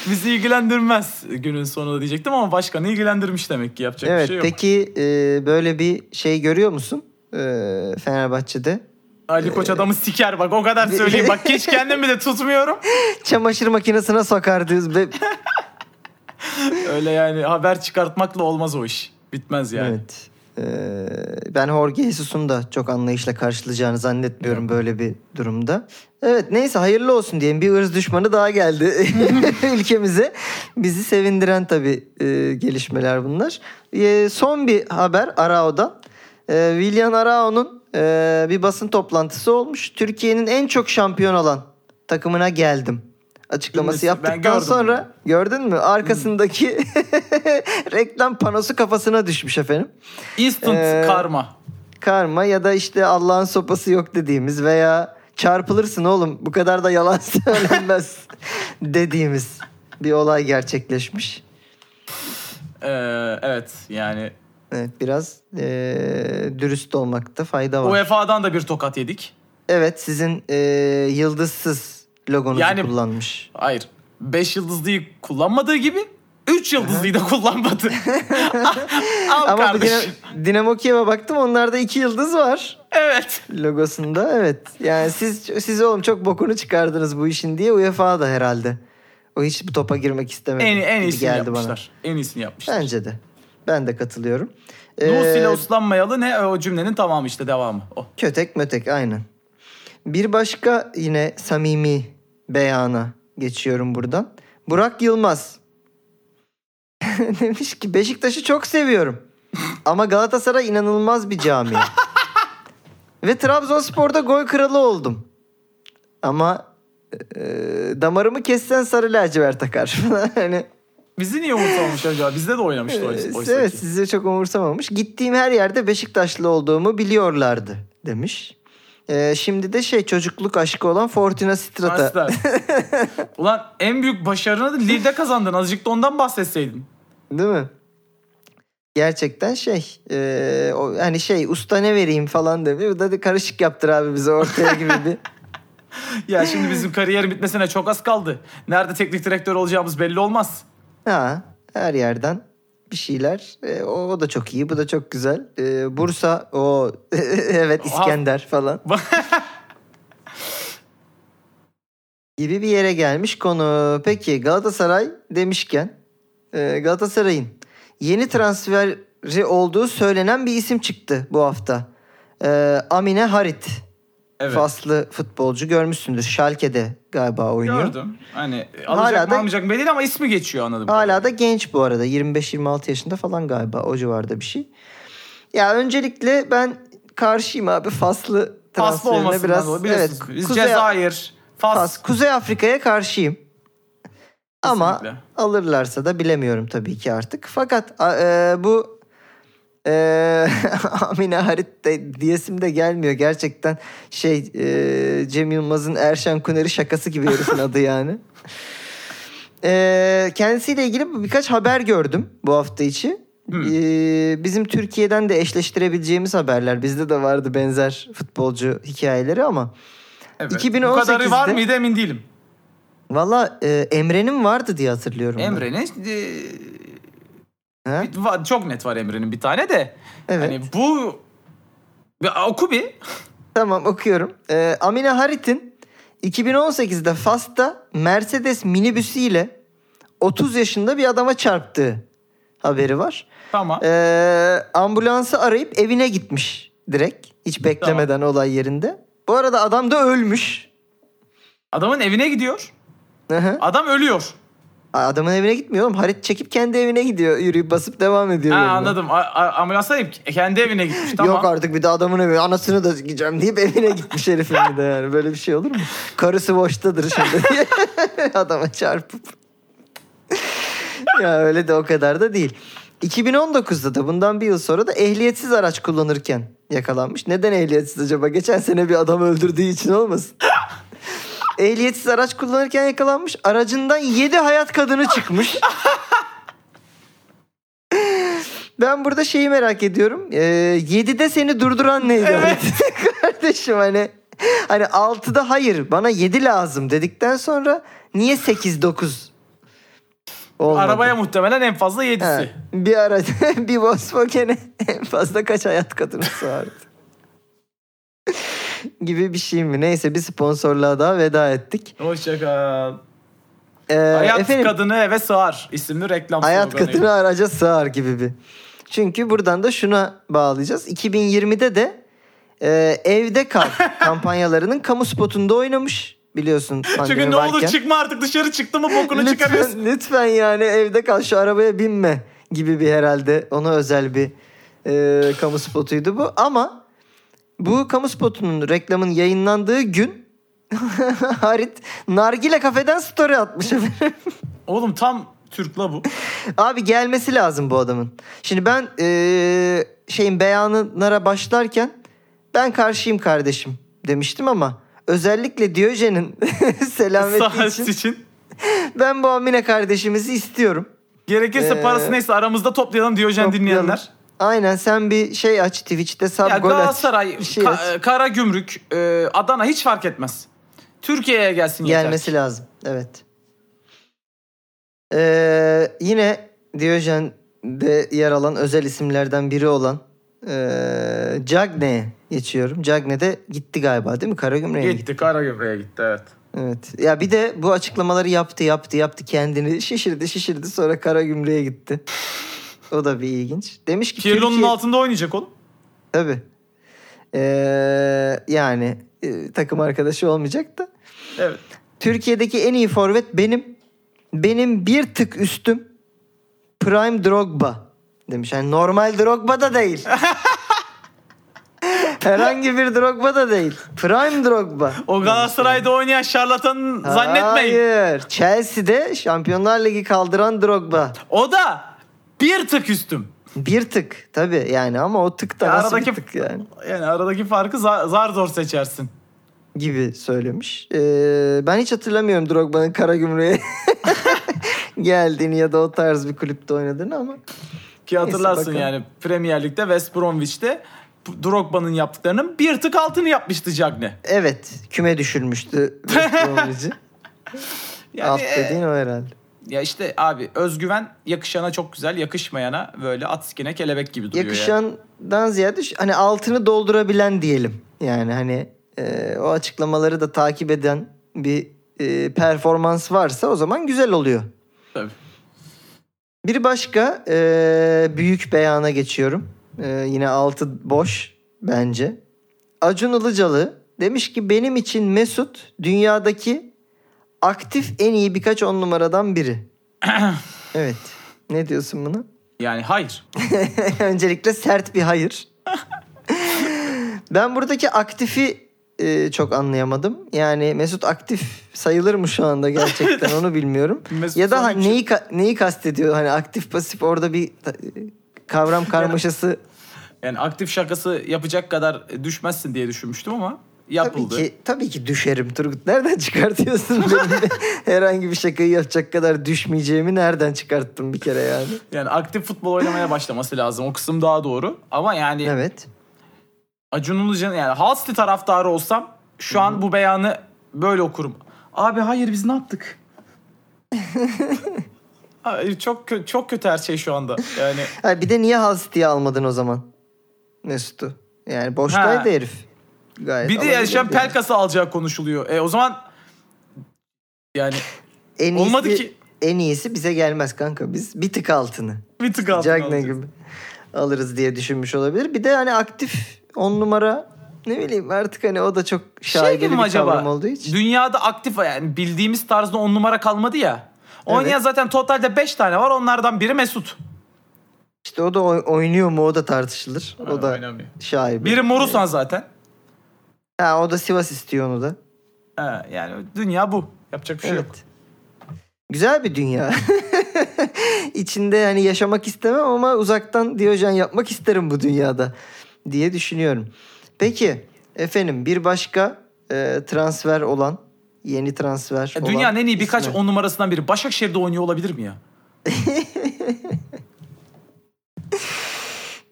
A: Bizi ilgilendirmez günün sonunda diyecektim ama başkanı ilgilendirmiş demek ki yapacak bir
B: evet
A: şey yok.
B: peki e, böyle bir şey görüyor musun E, Fenerbahçe'de?
A: Ali Koç
B: Ee,
A: adamı siker bak o kadar söyleyeyim bak hiç kendimi de tutmuyorum.
B: Çamaşır makinesine sokar diyoruz. Be-
A: Öyle yani haber çıkartmakla olmaz o iş. Bitmez yani.
B: Evet. Ee, ben Jorge Jesus'un da çok anlayışla karşılayacağını zannetmiyorum böyle bir durumda. Evet neyse hayırlı olsun diyelim. Bir ırz düşmanı daha geldi ülkemize. Bizi sevindiren tabii e, gelişmeler bunlar. E, son bir haber Arao'dan. E, Willian Arao'nun e, bir basın toplantısı olmuş. Türkiye'nin en çok şampiyon olan takımına geldim. Açıklaması
A: Cümlesi, ben
B: yaptıktan
A: gördüm
B: sonra
A: bunu.
B: gördün mü? Arkasındaki reklam panosu kafasına düşmüş efendim.
A: Instant
B: Ee,
A: karma.
B: Karma ya da işte Allah'ın sopası yok dediğimiz veya çarpılırsın oğlum bu kadar da yalan söylenmez dediğimiz bir olay gerçekleşmiş.
A: Ee, evet yani
B: Evet biraz eee, dürüst olmakta fayda var.
A: UEFA'dan da bir tokat yedik.
B: Evet sizin eee, yıldızsız logonuzu
A: Yani-
B: kullanmış.
A: Hayır. 5 yıldızlıyı kullanmadığı gibi 3 yıldızlıyı da kullanmadı. Al
B: Ama bu
A: kardeşim.
B: Dina- Dinamo Kiev'e baktım onlarda iki yıldız var.
A: Evet.
B: logosunda evet. Yani siz siz oğlum çok bokunu çıkardınız bu işin diye UEFA da herhalde. O hiç bu topa girmek istemedi.
A: En, en
B: gibi
A: iyisini yapmışlar. En iyisini yapmışlar.
B: Bana. Bence de. Ben de katılıyorum.
A: Nus ile
B: Ee,
A: uslanmayalı ne o cümlenin tamamı işte devamı. Oh. O.
B: Kötek mötek aynen. Bir başka yine samimi beyana geçiyorum buradan. Burak Yılmaz. Demiş ki Beşiktaş'ı çok seviyorum. Ama Galatasaray inanılmaz bir cami. Ve Trabzonspor'da gol kralı oldum. Ama e, damarımı kessen sarı lacivert takar. hani
A: Bizi niye umursamamış acaba? Bizde de oynamıştı
B: ee,
A: oysa, oysa
B: Evet
A: ki.
B: sizi çok umursamamış. Gittiğim her yerde Beşiktaşlı olduğumu biliyorlardı demiş. Ee, şimdi de şey çocukluk aşkı olan Fortuna Strata.
A: Asla. Ulan en büyük başarını da Lille'de kazandın. Azıcık da ondan bahsetseydin.
B: Değil mi? Gerçekten şey e, o, hani şey usta ne vereyim falan demiyor. Bu da de karışık yaptır abi bize ortaya gibi bir.
A: Ya şimdi bizim kariyerin bitmesine çok az kaldı. Nerede teknik direktör olacağımız belli olmaz.
B: Ha, her yerden bir şeyler. E, o, o da çok iyi bu da çok güzel. E, Bursa o evet İskender falan. gibi bir yere gelmiş konu. Peki Galatasaray demişken e, Galatasaray'ın yeni transferi olduğu söylenen bir isim çıktı bu hafta. E, Amine Harit.
A: Evet.
B: Faslı futbolcu görmüşsündür. Schalke'de galiba oynuyor.
A: Gördüm. Hani alacak
B: Hala
A: mı
B: da-
A: almayacak mı belli değil ama ismi geçiyor anladım.
B: Hala da genç bu arada. 25-26 yaşında falan galiba. O civarda bir şey. Ya öncelikle ben karşıyım abi Faslı
A: Faslı
B: transferine
A: olmasından
B: biraz.
A: dolayı biliyorsunuz.
B: evet,
A: Biz
B: Kuzey-
A: Cezayir, Fas,
B: Fas, Kuzey Afrika'ya karşıyım. Ama
A: Kesinlikle.
B: alırlarsa da bilemiyorum tabii ki artık. Fakat a- e, bu e, Amine Harit de, diyesim de gelmiyor. Gerçekten şey e, Cem Yılmaz'ın Erşen Kuneri şakası gibi herifin adı yani. E, kendisiyle ilgili birkaç haber gördüm bu hafta içi.
A: Hmm.
B: E, bizim Türkiye'den de eşleştirebileceğimiz haberler. Bizde de vardı benzer futbolcu hikayeleri ama...
A: Evet.
B: 2018'de
A: Bu kadarı var mıydı emin değilim.
B: Valla e, Emre'nin vardı diye hatırlıyorum. ben.
A: Emre'nin e,
B: Ha?
A: bir- va- çok net var Emre'nin bir tane de.
B: Evet.
A: Hani bu Ya, oku bir.
B: Tamam okuyorum. Ee, Amine Harit'in 2018'de Fas'ta Mercedes minibüsüyle 30 yaşında bir adama çarptığı haberi var.
A: Tamam.
B: Ee, ambulansı arayıp evine gitmiş direkt. Hiç beklemeden olay yerinde. Bu arada adam da ölmüş.
A: Adamın evine gidiyor.
B: Hı hı.
A: Adam ölüyor.
B: Adamın evine gitmiyor oğlum. Harit çekip kendi evine gidiyor. Yürüyüp basıp devam ediyor.
A: Ha,
B: yoluna.
A: anladım. A- a- ambulansa hep kendi evine gitmiş. Tamam.
B: Yok artık bir de adamın evi anasını da gideceğim deyip evine gitmiş herifin bir de yani. Böyle bir şey olur mu? Karısı boştadır şimdi diye adama çarpıp. ya öyle de o kadar da değil. 2019'da da bundan bir yıl sonra da ehliyetsiz araç kullanırken yakalanmış. Neden ehliyetsiz acaba? Geçen sene bir adam öldürdüğü için olmasın? ehliyetsiz araç kullanırken yakalanmış. Aracından 7 hayat kadını çıkmış. Ben burada şeyi merak ediyorum. Ee, 7'de seni durduran neydi?
A: Evet.
B: Kardeşim hani hani 6'da hayır bana 7 lazım dedikten sonra niye 8 9 olmadı?
A: Arabaya muhtemelen en fazla
B: Ha,
A: yedisi.
B: bir ara bir Volkswagen'e en fazla kaç hayat kadını sığardı? gibi bir şey mi? Neyse bir sponsorluğa daha veda ettik.
A: Hoşçakal.
B: Ee,
A: Hayat
B: efendim,
A: kadını eve sığar isimli reklam
B: Hayat
A: sloganıydı.
B: katını araca sığar gibi bir. Çünkü buradan da şuna bağlayacağız. 2020'de de e, evde kal kampanyalarının kamu spotunda oynamış biliyorsun. pandemi
A: Çünkü ne olur
B: varken.
A: çıkma artık dışarı çıktı mı bokunu çıkarıyorsun.
B: lütfen, lütfen yani evde kal şu arabaya binme gibi bir herhalde ona özel bir e, kamu spotuydu bu. Ama bu kamu spotunun reklamın yayınlandığı gün Harit Nargile kafeden story atmış efendim.
A: Oğlum tam Türk la bu.
B: Abi gelmesi lazım bu adamın. Şimdi ben eee, şeyin beyanlara başlarken ben karşıyım kardeşim demiştim ama özellikle Diyojen'in selameti
A: Sahası
B: için
A: için.
B: ben bu Amine kardeşimizi istiyorum.
A: Gerekirse
B: Ee,
A: parası neyse aramızda toplayalım Diyojen dinleyenler.
B: Aynen sen bir şey aç Twitch'te sub
A: Ya
B: gol aç.
A: Galatasaray,
B: bir şey
A: Ka-
B: aç.
A: Kara Gümrük, e, Adana hiç fark etmez. Türkiye'ye gelsin yeter.
B: Gelmesi lazım. Evet. Ee, yine Diyojen'de yer alan özel isimlerden biri olan ee, Cagne'ye geçiyorum. Cagne de gitti galiba değil mi? Karagümrük'e mi gitti.
A: Gitti Kara Gümrük'e gitti evet.
B: Evet. Ya bir de bu açıklamaları yaptı yaptı yaptı kendini şişirdi şişirdi sonra Karagümrük'e gitti. O da bir ilginç. Demiş ki
A: Pirlo'nun
B: Türkiye-
A: altında oynayacak oğlum.
B: Tabii. Ee, yani e, takım arkadaşı olmayacak da.
A: Evet.
B: Türkiye'deki en iyi forvet benim. Benim bir tık üstüm Prime Drogba demiş. Yani normal Drogba da değil. Herhangi bir Drogba da değil. Prime Drogba.
A: O Galatasaray'da oynayan şarlatanı zannetmeyin.
B: Hayır. Chelsea'de Şampiyonlar Ligi kaldıran Drogba.
A: O da bir tık üstüm.
B: Bir tık tabii yani ama o tık da
A: Ya
B: nasıl
A: aradaki-
B: bir tık yani
A: Yani aradaki farkı za- zar zor seçersin.
B: gibi söylemiş. Ee, ben hiç hatırlamıyorum Drogba'nın Karagümrük'e geldiğini ya da o tarz bir kulüpte oynadığını ama
A: Ki hatırlarsın
B: bakalım.
A: yani Premier Lig'de West Bromwich'te Drogba'nın yaptıklarının bir tık altını yapmıştı Cagne.
B: evet küme düşürmüştü West Bromwich'i.
A: Yani,
B: Alt
A: e,
B: dediğin o herhalde.
A: ya işte abi özgüven yakışana çok güzel, yakışmayana böyle at sikine kelebek gibi duruyor. yani.
B: Yakışandan ziyade şu- hani altını doldurabilen diyelim. Yani hani e, o açıklamaları da takip eden bir e, performans varsa o zaman güzel oluyor.
A: Tabii.
B: Bir başka e, büyük beyana geçiyorum. E, yine altı boş bence. Acun Ilıcalı demiş ki benim için Mesut dünyadaki aktif en iyi birkaç on numaradan biri. evet. Ne diyorsun buna?
A: Yani hayır.
B: Öncelikle sert bir hayır. ben buradaki aktifi e, çok anlayamadım. Yani Mesut aktif sayılır mı şu anda gerçekten onu bilmiyorum.
A: Mesut
B: ya da hani
A: sonuçta-
B: neyi ka- neyi kastediyor? Hani aktif pasif orada bir ta- e, kavram karmaşası
A: Yani aktif şakası yapacak kadar düşmezsin diye düşünmüştüm ama yapıldı.
B: Tabii ki, tabii ki düşerim Turgut. Nereden çıkartıyorsun benim de herhangi bir şakayı yapacak kadar düşmeyeceğimi nereden çıkarttın bir kere yani?
A: Yani aktif futbol oynamaya başlaması lazım. O kısım daha doğru. Ama yani
B: Evet.
A: Acun Ilıcalı'nın yani Halsey taraftarı olsam şu an bu beyanı böyle okurum. Abi hayır biz ne yaptık? Hayır, çok kö- çok kötü her şey şu anda. Yani
B: Ha, bir de niye Halstead'i almadın o zaman? Mesut'u. Yani boştaydı
A: Ha.
B: herif. Gayet
A: bir de yani şu an
B: alabilirdi yani.
A: Pelkas'ı alacağı konuşuluyor. E o zaman yani
B: En iyisi,
A: olmadı ki.
B: En iyisi bize gelmez kanka. Biz bir tık altını.
A: bir tık altına
B: Cagney
A: alacağız.
B: gibi alırız diye düşünmüş olabilir. Bir de hani aktif on numara ne bileyim artık hani o da çok
A: Şey
B: şaibeli
A: gibi mi
B: bir
A: acaba?
B: kavram olduğu için.
A: Dünyada aktif yani bildiğimiz tarzda on numara kalmadı ya. Oynayan
B: Evet.
A: zaten totalde 5 tane var. Onlardan biri Mesut.
B: İşte o da oy- oynuyor mu o da tartışılır.
A: Ha,
B: o da
A: oynamıyor.
B: şair.
A: Biri Morusan zaten.
B: Ha, o da Sivas istiyor onu da.
A: Ha, yani dünya bu. Yapacak bir şey yok.
B: Evet. Güzel bir dünya. İçinde hani yaşamak istemem ama uzaktan Diyojen yapmak isterim bu dünyada diye düşünüyorum. Peki efendim bir başka e, transfer olan yeni transfer
A: Ya
B: olan
A: E, dünyanın en iyi birkaç
B: ismi.
A: on numarasından biri. Başakşehir'de oynuyor olabilir mi ya?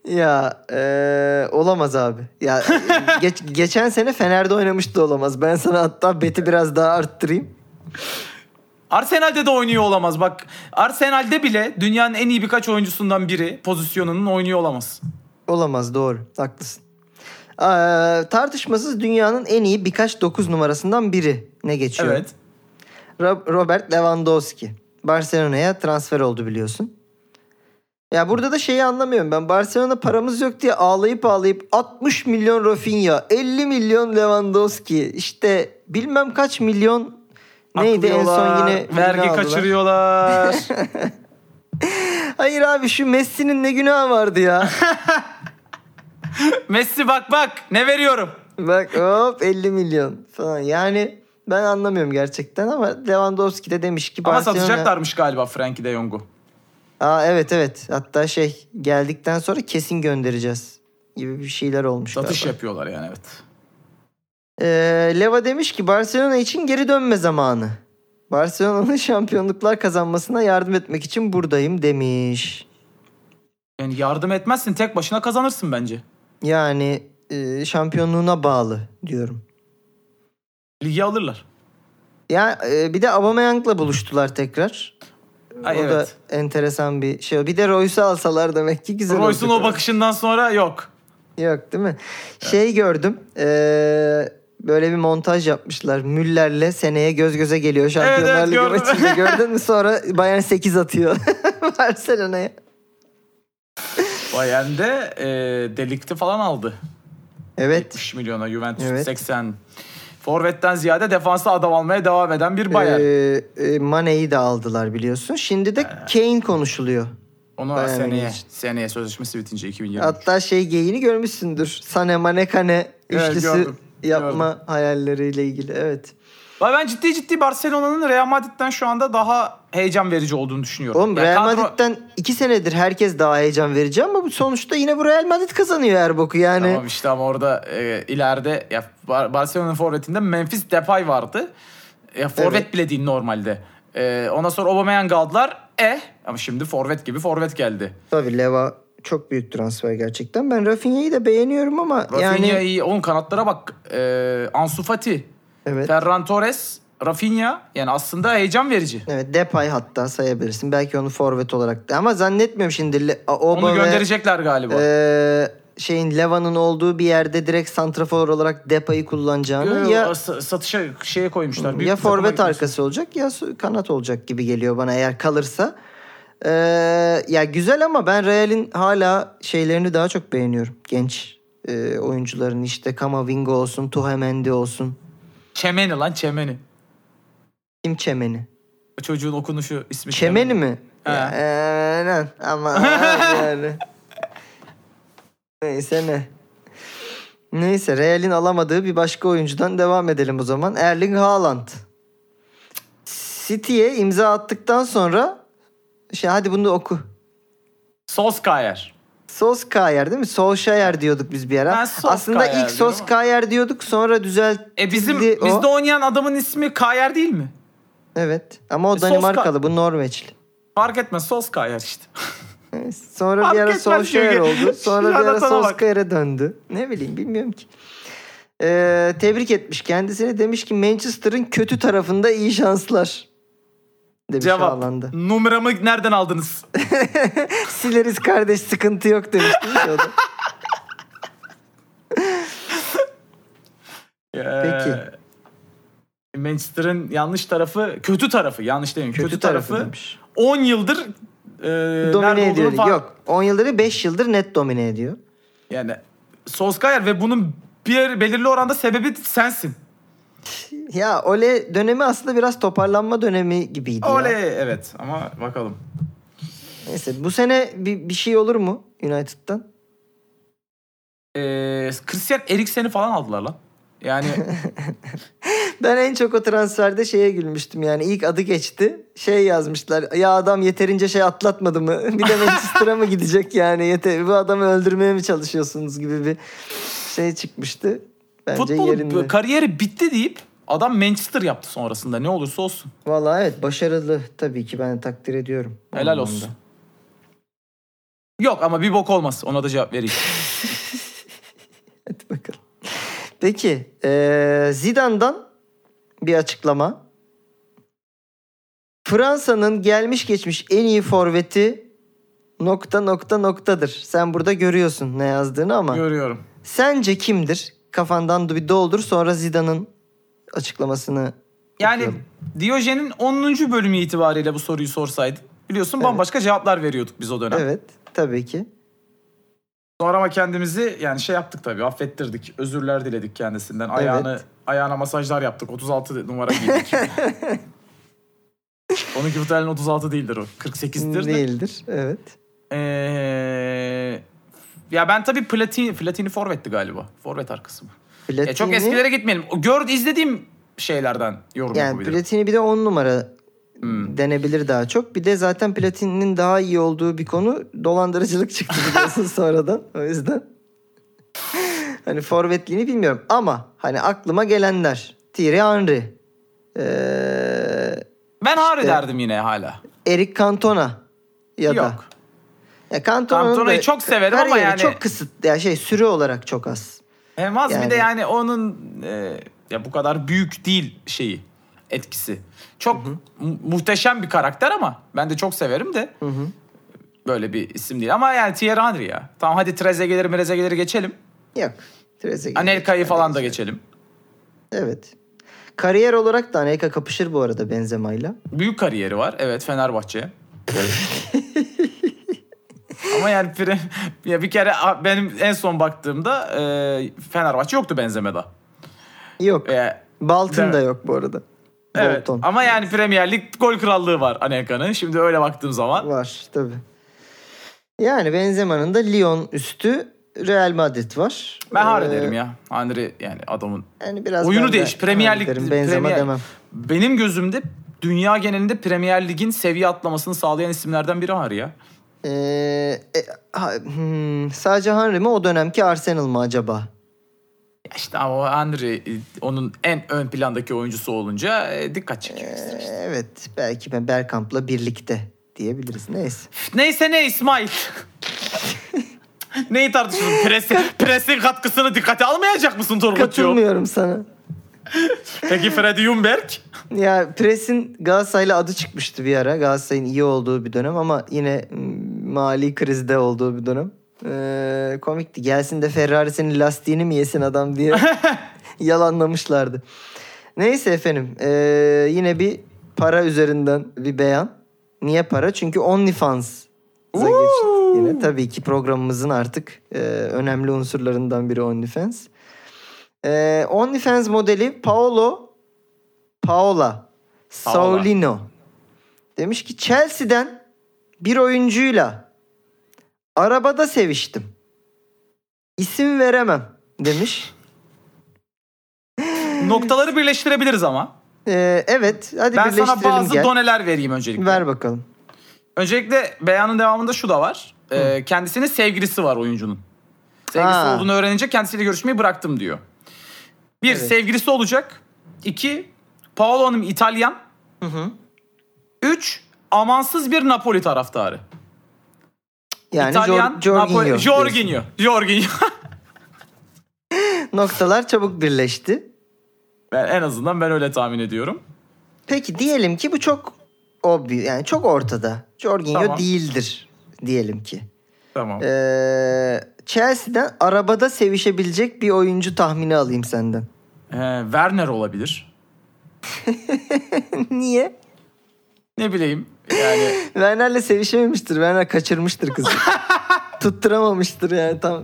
B: Ya e, olamaz abi. Ya e, geç, geçen sene Fener'de oynamış da olamaz. Ben sana hatta beti biraz daha arttırayım.
A: Arsenal'de de oynuyor olamaz. Bak Arsenal'de bile dünyanın en iyi birkaç oyuncusundan biri pozisyonunun oynuyor olamaz.
B: Olamaz doğru. Haklısın. Ee, tartışmasız dünyanın en iyi birkaç 9 numarasından biri ne geçiyor?
A: Evet.
B: Rob- Robert Lewandowski. Barcelona'ya transfer oldu biliyorsun. Ya burada da şeyi anlamıyorum ben. Barcelona paramız yok diye ağlayıp ağlayıp 60 milyon Rafinha, 50 milyon Lewandowski, işte bilmem kaç milyon neydi en son
A: Aklıyorlar,
B: yine
A: vergi
B: yine aldılar.
A: kaçırıyorlar.
B: Hayır abi şu Messi'nin ne günahı vardı ya.
A: Messi bak bak ne veriyorum.
B: Bak hop 50 milyon falan. Yani ben anlamıyorum gerçekten ama Lewandowski de demiş ki
A: Ama
B: Barcelona...
A: satacaklarmış galiba Frenkie de Jong'u.
B: Aa evet evet. Hatta şey geldikten sonra kesin göndereceğiz gibi bir şeyler olmuş
A: Satış
B: galiba.
A: yapıyorlar yani evet.
B: Ee, Leva demiş ki Barcelona için geri dönme zamanı. Barcelona'nın şampiyonluklar kazanmasına yardım etmek için buradayım demiş.
A: Yani yardım etmezsin tek başına kazanırsın bence.
B: Yani e, şampiyonluğuna bağlı diyorum.
A: Ligi alırlar.
B: Ya e, bir de Aubameyang'la buluştular tekrar.
A: Ay,
B: o
A: evet.
B: da enteresan bir şey. Bir de Royce'u alsalar demek ki güzel
A: Royce'un
B: olacak.
A: o bakışından sonra yok.
B: Yok değil mi? Şey gördüm. eee, böyle bir montaj yapmışlar. Müller'le seneye göz göze geliyor Şampiyonlar
A: evet,
B: Ligi
A: gördüm.
B: maçında. Gördün mü? Sonra Bayern 8 atıyor Barcelona'ya.
A: Bayern'de e, delikti falan aldı.
B: Evet.
A: 70 milyona Juventus
B: Evet.
A: 80. Forvet'ten ziyade defansa adam almaya devam eden bir Bayern.
B: Eee, e, Mane'yi de aldılar biliyorsun. Şimdi de Kane konuşuluyor.
A: Onu
B: Bayern
A: seneye,
B: için.
A: seneye sözleşmesi bitince 2020.
B: Hatta şey geyini görmüşsündür. Sane Mane Kane
A: Evet,
B: üçlüsü
A: gördüm,
B: yapma hayalleriyle ilgili. Evet.
A: Vay Ben ciddi ciddi Barcelona'nın Real Madrid'den şu anda daha heyecan verici olduğunu düşünüyorum.
B: Oğlum
A: Ya
B: Real
A: kadro-
B: Madrid'den iki senedir herkes daha heyecan verici ama bu sonuçta yine bu Real Madrid kazanıyor her boku yani.
A: Tamam işte ama orada e, ileride ya Bar- Barcelona'nın forvetinde Memphis Depay vardı. Ya forvet
B: Evet.
A: bile değil normalde. E, ondan sonra Aubameyang aldılar. E ama şimdi forvet gibi forvet geldi.
B: Tabii Leva çok büyük transfer gerçekten. Ben Rafinha'yı da beğeniyorum ama
A: Rafinha
B: yani
A: iyi. Oğlum kanatlara bak. E, Ansu Fati,
B: evet.
A: Ferran Torres, Rafinha yani aslında heyecan verici.
B: Evet Depay hatta sayabilirsin. Belki onu forvet olarak da ama zannetmiyorum şimdi Le-
A: Onu
B: Aubameyang Ee,
A: gönderecekler galiba.
B: eee, e, şeyin Leva'nın olduğu bir yerde direkt santrafor olarak Depa'yı kullanacağını
A: Yo, yo,
B: ya
A: sa- satışa şeye koymuşlar. büyük
B: ya
A: bir takıma
B: forvet
A: gitmiş.
B: arkası olacak ya su- kanat olacak gibi geliyor bana eğer kalırsa. Ee, ya güzel ama ben Real'in hala şeylerini daha çok beğeniyorum. Genç e, oyuncuların işte Kamavinga olsun, Tuhamendi olsun.
A: Çemeni lan çemeni.
B: Kim Çemeni?
A: Çocuğun okunuşu ismi.
B: Çemeni mi?
A: He.
B: Ya, Aynen ama yani. Neyse ne. Neyse Real'in alamadığı bir başka oyuncudan devam edelim o zaman. Erling Haaland. City'ye imza attıktan sonra şey hadi bunu da oku.
A: Solskjaer.
B: Solskjaer değil mi? Solskjaer diyorduk biz bir ara.
A: Ben Solskjaer
B: Aslında
A: diyorum
B: ilk
A: ama-
B: Solskjaer diyorduk sonra düzeltildi
A: E bizim
B: o.
A: bizde oynayan adamın ismi Kayer değil mi?
B: Evet ama o
A: E, Solskjaer-
B: Danimarkalı bu Norveçli.
A: Fark etmez Solskjaer işte.
B: Evet, Sonra
A: Fark
B: bir ara
A: etmez
B: Solskjaer
A: çünkü.
B: oldu. Sonra bir ara
A: Şarlatana bak.
B: Solskjaer'e döndü. Ne bileyim bilmiyorum ki. Ee, tebrik etmiş kendisini. Demiş ki Manchester'ın kötü tarafında iyi şanslar. Demiş
A: Cevap.
B: Haaland'a.
A: Numaramı nereden aldınız?
B: Sileriz kardeş sıkıntı yok demiş değil mi o da? Peki.
A: Ee, Manchester'ın yanlış tarafı, kötü tarafı, yanlış demeyeyim. Kötü,
B: Kötü
A: tarafı,
B: tarafı demiş.
A: 10 yıldır e, nerede
B: Domine
A: olduğunu
B: ediyor.
A: fark-
B: Yok 10 yıldır 5 yıldır net domine ediyor.
A: Yani Solskjaer ve bunun bir belirli oranda sebebi sensin.
B: Ya Ole dönemi aslında biraz toparlanma dönemi gibiydi. ya.
A: Oley evet ama bakalım.
B: Neyse bu sene bir, bir şey olur mu United'dan?
A: Ee, Christian Eriksen'i falan aldılar lan. Yani
B: Ben en çok o transferde şeye gülmüştüm yani ilk adı geçti. Şey yazmışlar ya adam yeterince şey atlatmadı mı? Bir de Manchester'a mı gidecek yani yeter bu adamı öldürmeye mi çalışıyorsunuz gibi bir şey çıkmıştı. Bence yerinde.
A: futbol kariyeri bitti deyip adam Manchester yaptı sonrasında ne olursa olsun.
B: Vallahi evet başarılı tabii ki ben takdir ediyorum. bu
A: Helal
B: anlamda.
A: olsun. Yok ama bir bok olmaz. Ona da cevap vereyim.
B: Hadi bakalım. Peki eee Zidane'dan bir açıklama. Fransa'nın gelmiş geçmiş en iyi forveti nokta nokta noktadır. Sen burada görüyorsun ne yazdığını ama.
A: Görüyorum.
B: Sence kimdir? Kafandan bir doldur sonra Zidane'ın açıklamasını
A: Yani
B: Bakıyorum.
A: Diyojen'in 10. bölümü itibariyle bu soruyu sorsaydın. Biliyorsun bambaşka cevaplar veriyorduk biz o dönem.
B: Evet tabii ki.
A: Sonra ama kendimizi yani şey yaptık tabii affettirdik. Özürler diledik kendisinden. Ayağını
B: Evet.
A: ayağına masajlar yaptık. 36 numara giydik. Onunki muhtemelen 36 değildir o. 48'dir de.
B: Değildir. Evet.
A: Ee, ya ben tabii Platini, Platini forvetti galiba. Forvet arkası mı? Ya çok
B: Platini-
A: eskilere gitmeyelim. O Gör izlediğim şeylerden yorum
B: Yani
A: yapabilirim.
B: platini bir de 10 numara
A: Hmm.
B: denebilir daha çok. Bir de zaten platinin daha iyi olduğu bir konu dolandırıcılık çıktı biliyorsun sonradan. O yüzden hani forvetliğini bilmiyorum ama hani aklıma gelenler Thierry Henry, ee,
A: Ben Harry
B: İşte-
A: derdim yine hala.
B: Eric Cantona ya da
A: Yok.
B: ya Cantona'nın
A: Cantona'yı
B: da
A: çok severim ama
B: kariyeri
A: yani-
B: çok kısıt ya şey süre olarak çok az.
A: Hem az bir de
B: Yani-
A: yani onun e, ya bu kadar büyük değil şeyi etkisi. Çok mu- muhteşem bir karakter ama ben de çok severim de. Böyle bir isim değil ama yani Thierry Henry ya. Tamam hadi Trezeguet'leri Merezeguet'leri geçelim.
B: Yok. Trezeguet.
A: Anelka'yı falan da geçelim.
B: Evet. Kariyer olarak da Anelka kapışır bu arada Benzema'yla.
A: Büyük kariyeri var. Evet Fenerbahçe. Ama yani pre- ya bir kere a- benim en son baktığımda e, Fenerbahçe yoktu benzemede.
B: Yok.
A: E,
B: Baltın da
A: Evet.
B: yok bu arada.
A: evet.
B: Bolton.
A: Ama yani Premier Lig gol krallığı var Anelka'nın. Şimdi öyle baktığım zaman.
B: Var tabi. Yani Benzema'nın da Lyon üstü Real Madrid var.
A: Ben
B: Ee,
A: Harry derim ya. Henry yani adamın
B: Yani biraz
A: oyunu
B: ben de
A: değiş. Premier
B: Harry
A: Lig
B: derim, Benzema
A: Premier-
B: demem.
A: Benim gözümde dünya genelinde Premier Lig'in seviye atlamasını sağlayan isimlerden biri Harry ya.
B: Ee, e, ha- hmm, sadece Henry mi o dönemki Arsenal mı acaba?
A: Ya İşte ama Henry e, onun en ön plandaki oyuncusu olunca e, dikkat çekiyor.
B: Ee,
A: ister istemez.
B: evet belki ben Bergkamp'la birlikte diyebiliriz. Neyse.
A: Neyse ne İsmail. Neyi tartışıyorsun? Presin, presin katkısını dikkate almayacak mısın Turgut'cuğum?
B: Katılmıyorum sana.
A: Peki Freddy Ljungberg?
B: Ya Pres'in Galatasaray'la adı çıkmıştı bir ara. Galatasaray'ın iyi olduğu bir dönem ama yine mm, mali krizde olduğu bir dönem. Ee, komikti. Gelsin de Ferrari'sinin lastiğini mi yesin adam diye yalanlamışlardı. Neyse efendim. ee, yine bir para üzerinden bir beyan. Niye para? Çünkü OnlyFans'a geçtik.
A: Uuu.
B: Yine tabii ki programımızın artık ee, önemli unsurlarından biri OnlyFans. Ee, OnlyFans modeli Paolo Paola Saulino demiş ki Chelsea'den bir oyuncuyla arabada seviştim. İsim veremem demiş.
A: Noktaları birleştirebiliriz ama.
B: Ee, evet hadi
A: Ben
B: birleştirelim
A: sana bazı
B: gel.
A: doneler vereyim öncelikle.
B: Ver bakalım.
A: Öncelikle beyanın devamında şu da var. Ee, kendisinin sevgilisi var oyuncunun. Sevgilisi
B: Ha.
A: olduğunu öğrenince kendisiyle görüşmeyi bıraktım diyor. Bir,
B: Evet.
A: sevgilisi olacak. İki, Paolo Hanım İtalyan.
B: hı.
A: Üç, amansız bir Napoli taraftarı.
B: Yani
A: İtalyan,
B: Jor- Jorginho.
A: Napoli-
B: diyorsun.
A: Jorginho. Jorginho.
B: Noktalar çabuk birleşti.
A: Ben- en azından ben öyle tahmin ediyorum.
B: Peki diyelim ki bu çok obvi yani çok ortada. Jorginho
A: Tamam.
B: değildir diyelim ki.
A: Tamam.
B: Ee, Chelsea'den arabada sevişebilecek bir oyuncu tahmini alayım senden.
A: Ee, Werner olabilir.
B: Niye?
A: Ne bileyim. Yani
B: Werner'le sevişememiştir. Werner kaçırmıştır kızı. Tutturamamıştır yani tam.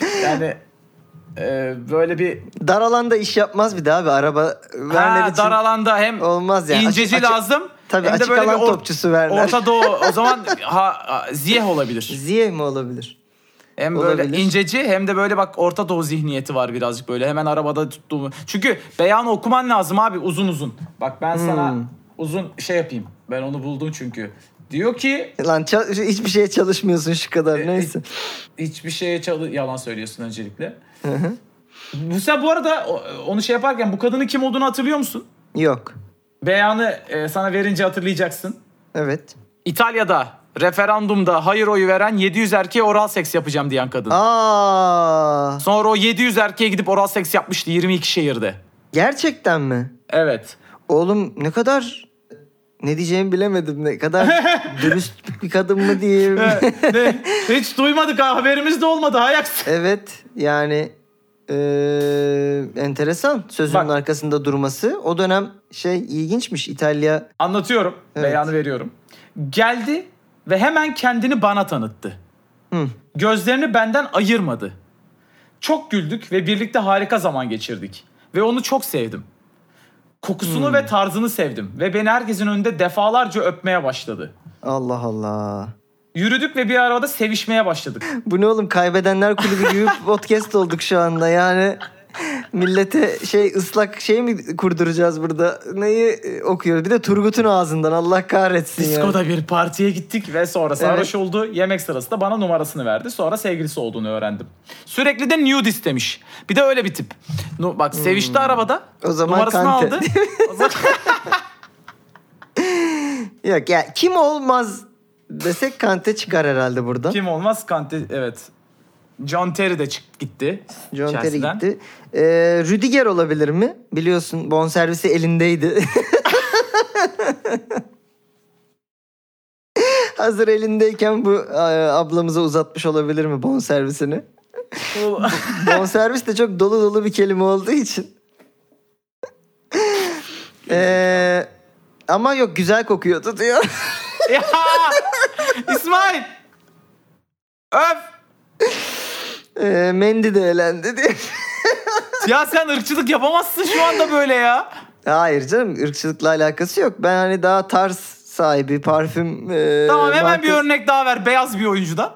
A: yani e, böyle bir
B: Dar alanda iş yapmaz bir de abi. Araba Werner
A: ha,
B: için
A: dar alanda hem
B: olmaz yani.
A: inceci
B: Açık- açık-
A: lazım.
B: Tabii
A: hem de
B: açık
A: böyle
B: alan
A: bir or-
B: topçusu Werner.
A: Orta Doğu o zaman ha, ha, Ziyeh olabilir.
B: Ziye mi olabilir?
A: Hem böyle
B: Olabilir.
A: inceci hem de böyle bak Orta Doğu zihniyeti var birazcık böyle. Hemen arabada tuttuğumu. Çünkü beyanı okuman lazım abi uzun uzun. Bak ben sana
B: Hmm.
A: uzun şey yapayım. Ben onu buldum çünkü. Diyor ki
B: Lan çal- hiçbir şeye çalışmıyorsun şu
A: E,
B: kadar neyse.
A: hiçbir şeye çalı- yalan söylüyorsun öncelikle. Bu sen bu arada o- onu şey yaparken bu kadının kim olduğunu hatırlıyor musun?
B: Yok.
A: Beyanı e, sana verince hatırlayacaksın.
B: Evet.
A: İtalya'da referandumda hayır oyu veren 700 erkeğe oral seks yapacağım diyen kadın.
B: Aa!
A: Sonra o 700 erkeğe gidip oral seks yapmıştı 22 şehirde.
B: Gerçekten mi?
A: Evet.
B: Oğlum ne kadar ne diyeceğimi bilemedim. Ne kadar dürüst bir kadın mı diyeyim?
A: Ne? Hiç duymadık ha haberimiz de olmadı Ajax.
B: Evet yani eee, enteresan sözünün
A: Bak.
B: arkasında durması. O dönem şey ilginçmiş İtalya.
A: Anlatıyorum.
B: Evet.
A: Beyanı veriyorum. Geldi ve hemen kendini bana tanıttı.
B: Hı.
A: Gözlerini benden ayırmadı. Çok güldük ve birlikte harika zaman geçirdik. Ve onu çok sevdim. Kokusunu ve tarzını sevdim. Ve beni herkesin önünde defalarca öpmeye başladı.
B: Allah Allah.
A: Yürüdük ve bir arabada sevişmeye başladık.
B: Bu ne oğlum kaybedenler kulübü gibi podcast olduk şu anda yani. Millete şey ıslak şey mi kurduracağız burada? Neyi e, okuyoruz? Bir de Turgut'un ağzından Allah kahretsin ya.
A: Disko'da bir partiye gittik ve sonra sarhoş
B: Evet.
A: oldu. Yemek sırasında bana numarasını verdi. Sonra sevgilisi olduğunu öğrendim. Sürekli de nude istemiş. Bir de öyle bir tip. Nu- bak sevişti arabada.
B: Hmm. O zaman
A: numarasını
B: Kante.
A: aldı. O zaman-
B: Yok ya kim olmaz desek Kante çıkar herhalde burada.
A: Kim olmaz Kante evet. John Terry de çıktı gitti.
B: John Terry
A: Chelsea'den.
B: gitti. Ee, Rüdiger olabilir mi? Biliyorsun bonservisi elindeydi. Hazır elindeyken bu e, ablamıza uzatmış olabilir mi bonservisini?
A: Bu-
B: Bonservis de çok dolu dolu bir kelime olduğu için. Ee, ama yok güzel kokuyordu diyor.
A: ya! İsmail! Öf!
B: Ee, Mendy de elendi diyor.
A: Ya sen ırkçılık yapamazsın şu anda böyle ya.
B: Hayır canım ırkçılıkla alakası yok. Ben hani daha tarz sahibi parfüm e,
A: Tamam hemen bir
B: markası-
A: örnek daha ver beyaz bir oyuncudan.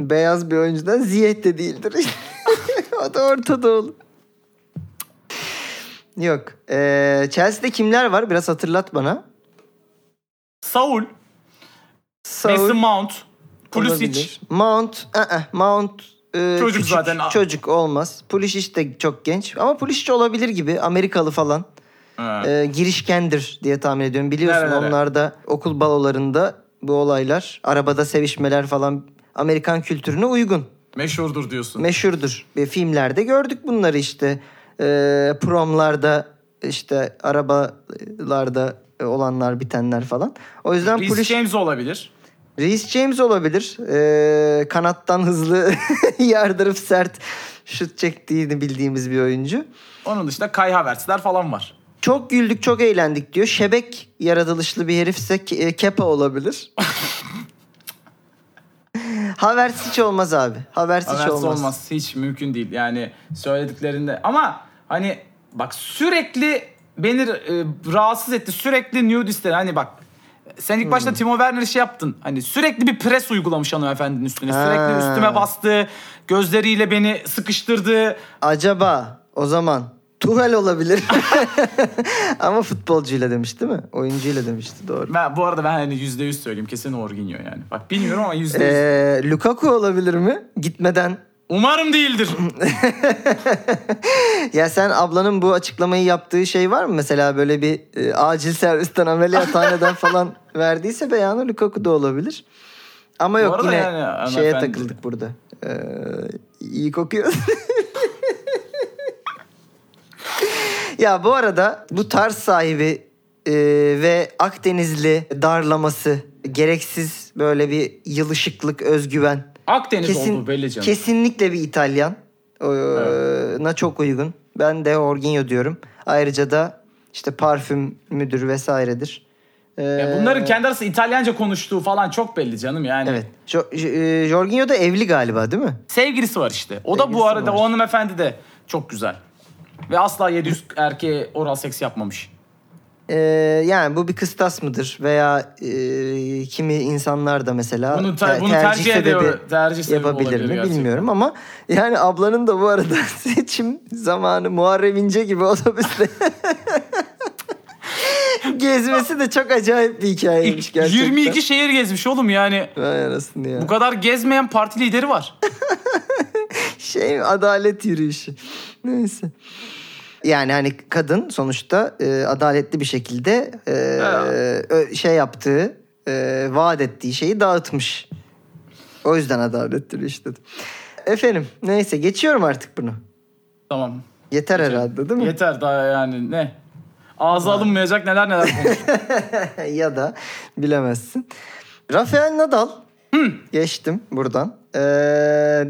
B: beyaz bir oyuncudan ziyet de değildir. o da ortada olur. Yok. Ee, Chelsea'de kimler var? Biraz hatırlat bana.
A: Saul,
B: Saul
A: Mason Mount, Pulisic.
B: olabilir. Mount. ı-ı, Mount. e,
A: Çocuk
B: küçük,
A: zaten.
B: Çocuk olmaz. Pulisic de çok genç. Ama Pulisic olabilir gibi. Amerikalı falan.
A: Ha.
B: Ee, girişkendir diye tahmin ediyorum. Biliyorsun
A: Evet, evet.
B: onlarda okul balolarında bu olaylar, arabada sevişmeler falan Amerikan kültürüne uygun.
A: Meşhurdur diyorsun.
B: Meşhurdur. Ve filmlerde gördük bunları işte. Ee, promlarda işte arabalarda olanlar bitenler falan. O yüzden
A: Reece
B: Pulisic
A: James olabilir.
B: Reece James olabilir. Ee, kanattan hızlı yardırıp sert şut çektiğini bildiğimiz bir oyuncu.
A: Onun dışında Kai Havertz'ler falan var.
B: Çok güldük, çok eğlendik diyor. Şebek yaratılışlı bir herifse Ke- e, Kepa olabilir. Havertz hiç olmaz abi. Havertz hiç
A: Havertz
B: olmaz.
A: olmaz. Hiç mümkün değil. Yani söylediklerinde ama hani bak sürekli beni e, rahatsız etti. Sürekli nudistler hani bak sen ilk
B: Hmm.
A: başta Timo Werner şey yaptın. Hani sürekli bir pres uygulamış hanımefendinin üstüne.
B: Ha.
A: Sürekli üstüme bastı. Gözleriyle beni sıkıştırdı.
B: Acaba o zaman Tuhel olabilir. Ama futbolcuyla demiş değil mi? Oyuncuyla demişti doğru.
A: Ben, bu arada ben hani %100 söyleyeyim. Kesin Orginho yani. Bak bilmiyorum ama %100.
B: Ee, Lukaku olabilir mi? Gitmeden.
A: Umarım değildir.
B: Ya sen ablanın bu açıklamayı yaptığı şey var mı? Mesela böyle bir e, acil servisten ameliyathaneden falan verdiyse beyanı Lukaku da olabilir. Ama yok
A: arada
B: yine
A: yani
B: şeye
A: hanımefendi-
B: takıldık burada. Ee, iyi kokuyor. ya bu arada bu tarz sahibi e, ve Akdenizli darlaması gereksiz böyle bir yılışıklık, özgüven.
A: Akdeniz
B: Kesin-
A: olduğu belli canım.
B: Kesinlikle bir İtalyan. Ee, na çok uygun. Ben de Orginho diyorum. Ayrıca da işte parfüm müdür vesairedir. Ee,
A: Ya E, bunların kendi arasında İtalyanca konuştuğu falan çok belli canım yani.
B: Evet. Jo- J- e, Jorginho da evli galiba değil mi?
A: Sevgilisi var işte. O da
B: Sevgilisi
A: bu arada
B: var.
A: o hanımefendi de çok güzel. Ve asla 700 erkeğe oral seks yapmamış.
B: Ee, yani bu bir kıstas mıdır? Veya e, kimi insanlar da mesela
A: Bunu ter- bunu tercih ediyor- tercih sebebi
B: yapabilir mi
A: olabilir gerçekten.
B: bilmiyorum ama yani ablanın da bu arada seçim zamanı Muharrem İnce gibi otobüsle gezmesi de çok acayip bir hikayeymiş gerçekten.
A: 22 şehir gezmiş oğlum yani.
B: Vay anasını ya.
A: Bu kadar gezmeyen parti lideri var.
B: şey adalet yürüyüşü. Neyse. Yani hani kadın sonuçta e, adaletli bir şekilde e, ö- şey yaptığı, e, vaat ettiği şeyi dağıtmış. O yüzden adalet yürüyüşü dedim. Efendim neyse geçiyorum artık bunu.
A: tamam.
B: Yeter herhalde değil mi?
A: Yeter daha yani ne? Ağza alınmayacak neler neler konuşuyor.
B: ya da bilemezsin. Rafael Nadal geçtim buradan. Ee,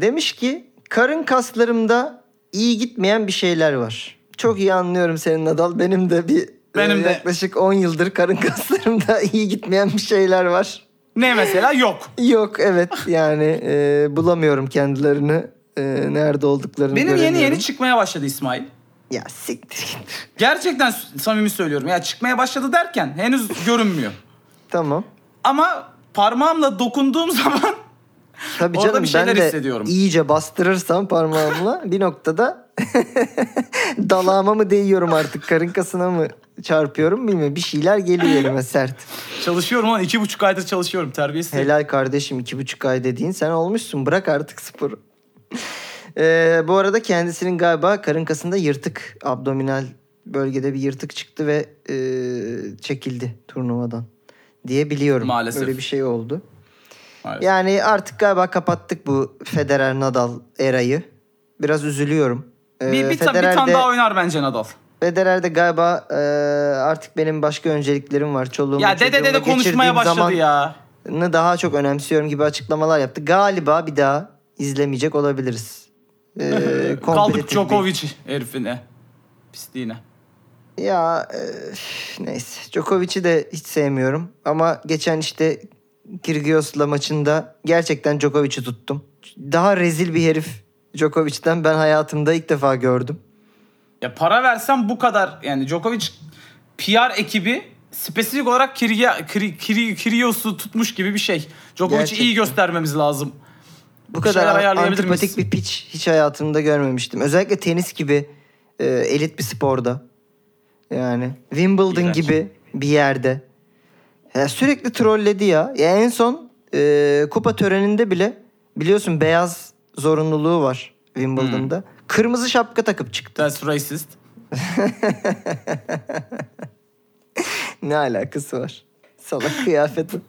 B: demiş ki karın kaslarımda iyi gitmeyen bir şeyler var. Çok iyi anlıyorum senin Nadal. Benim de bir
A: Benim
B: e,
A: de.
B: yaklaşık 10 yıldır karın kaslarımda iyi gitmeyen bir şeyler var.
A: ne mesela yok.
B: Yok evet yani e, bulamıyorum kendilerini. e, nerede olduklarını
A: Benim yeni
B: göremiyorum.
A: yeni çıkmaya başladı İsmail.
B: Ya siktir git.
A: Gerçekten samimi söylüyorum. Ya çıkmaya başladı derken henüz görünmüyor.
B: tamam.
A: Ama parmağımla dokunduğum zaman
B: Tabii
A: Orada
B: canım
A: bir şeyler
B: ben de
A: hissediyorum.
B: iyice bastırırsam parmağımla bir noktada dalağıma mı değiyorum artık karın kasına mı çarpıyorum bilmiyorum. Bir şeyler geliyor elime sert.
A: çalışıyorum lan iki buçuk aydır çalışıyorum terbiyesiz.
B: Helal kardeşim iki buçuk ay dediğin sen olmuşsun bırak artık sporu. Ee, bu arada kendisinin galiba karın kasında yırtık abdominal bölgede bir yırtık çıktı ve e, çekildi turnuvadan diye biliyorum.
A: Maalesef.
B: Öyle bir şey oldu.
A: Maalesef.
B: Yani artık galiba kapattık bu Federer Nadal erayı. Biraz üzülüyorum.
A: Bir,
B: Ee,
A: bir, ta- bir
B: Federer
A: tane
B: de-
A: daha oynar bence Nadal.
B: Federer de galiba e, artık benim başka önceliklerim var. Çoluğumu
A: Ya dede dede
B: çocuğumu
A: konuşmaya
B: geçirdiğim
A: başladı
B: zaman-
A: ya.
B: ne daha çok önemsiyorum gibi açıklamalar yaptı. Galiba bir daha izlemeyecek olabiliriz. Ee,
A: Kaldık
B: kompetitif
A: Djokovic herifine. Pisliğine.
B: bir- Ya e, üf, neyse. Djokovic'i de hiç sevmiyorum. Ama geçen işte Kyrgios'la maçında gerçekten Djokovic'i tuttum. Daha rezil bir herif Djokovic'ten ben hayatımda ilk defa gördüm.
A: Ya para versem bu kadar yani Djokovic PR ekibi spesifik olarak Kirya, Kri, Kri, Kyrgios'u tutmuş gibi bir şey. Djokovic'i
B: Gerçekten.
A: iyi göstermemiz lazım.
B: Bu
A: Bir şeyler
B: kadar
A: ayarlayabilir miyiz?
B: antipatik bir piç hiç hayatımda görmemiştim. Özellikle tenis gibi e, elit bir sporda. Yani Wimbledon
A: İğrenç.
B: gibi bir yerde. Ya sürekli trolledi ya. ya en son e, kupa töreninde bile biliyorsun beyaz zorunluluğu var Wimbledon'da.
A: Hmm.
B: Kırmızı şapka takıp çıktı.
A: That's racist.
B: ne alakası var? Salak kıyafeti.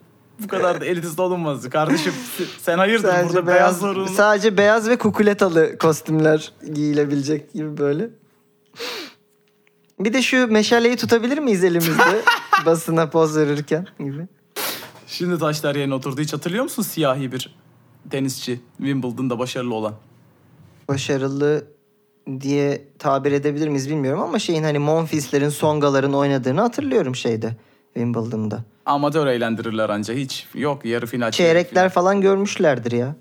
A: Bu kadar da elitist olunmaz. Kardeşim sen hayırdır
B: sadece
A: burada
B: beyaz,
A: beyaz zorunlu.
B: sadece beyaz ve kukuletalı kostümler giyilebilecek gibi böyle. Bir de şu meşaleyi tutabilir miyiz elimizde basına poz verirken gibi.
A: Şimdi taşlar yerine oturdu. Hiç hatırlıyor musun siyahi bir tenisçi Wimbledon'da başarılı olan?
B: Başarılı diye tabir edebilir miyiz bilmiyorum ama şeyin hani Monfils'lerin, Songaların oynadığını hatırlıyorum şeyde Wimbledon'da.
A: Amatör eğlendirirler anca. Hiç yok yarı final.
B: Çeyrekler falan görmüşlerdir ya.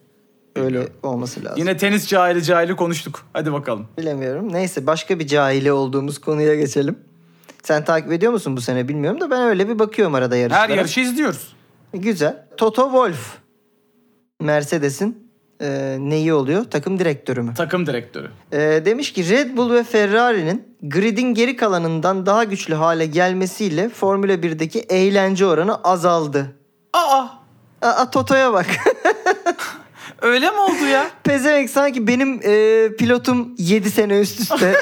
B: Öyle
A: Bilmiyorum.
B: olması lazım.
A: Yine tenis cahili cahili konuştuk. Hadi bakalım.
B: Bilemiyorum. Neyse başka bir cahili olduğumuz konuya geçelim. Sen takip ediyor musun bu sene bilmiyorum da ben öyle bir bakıyorum arada yarışlara.
A: Her yarışı izliyoruz.
B: Güzel. Toto Wolf. Mercedes'in e, neyi oluyor? Takım direktörü mü?
A: Takım direktörü.
B: E, demiş ki Red Bull ve Ferrari'nin gridin geri kalanından daha güçlü hale gelmesiyle Formula 1'deki eğlence oranı azaldı.
A: Aa
B: Aa Toto'ya bak.
A: öyle mi oldu ya?
B: Pezevenk sanki benim e, pilotum 7 sene üst üste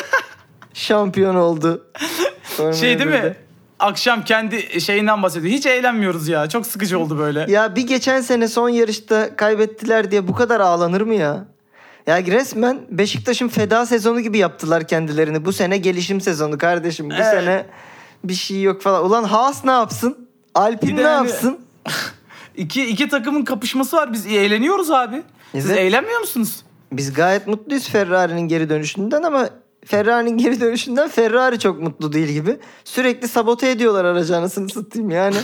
B: şampiyon oldu. Formula
A: Şey değil
B: 1'de.
A: mi? Akşam kendi şeyinden bahsediyor. Hiç eğlenmiyoruz ya. Çok sıkıcı oldu böyle.
B: Ya bir geçen sene son yarışta kaybettiler diye bu kadar ağlanır mı ya? Ya resmen Beşiktaş'ın feda sezonu gibi yaptılar kendilerini. Bu sene gelişim sezonu kardeşim. Bu
A: Evet.
B: sene bir şey yok falan. Ulan Haas ne yapsın? Alpin
A: Bir de
B: ne
A: hani yani-
B: yapsın?
A: İki, iki takımın kapışması var. Biz eğleniyoruz abi. Siz
B: Evet.
A: eğlenmiyor musunuz?
B: Biz gayet mutluyuz Ferrari'nin geri dönüşünden ama Ferrari'nin geri dönüşünden Ferrari çok mutlu değil gibi. Sürekli sabote ediyorlar aracı anasını satayım yani.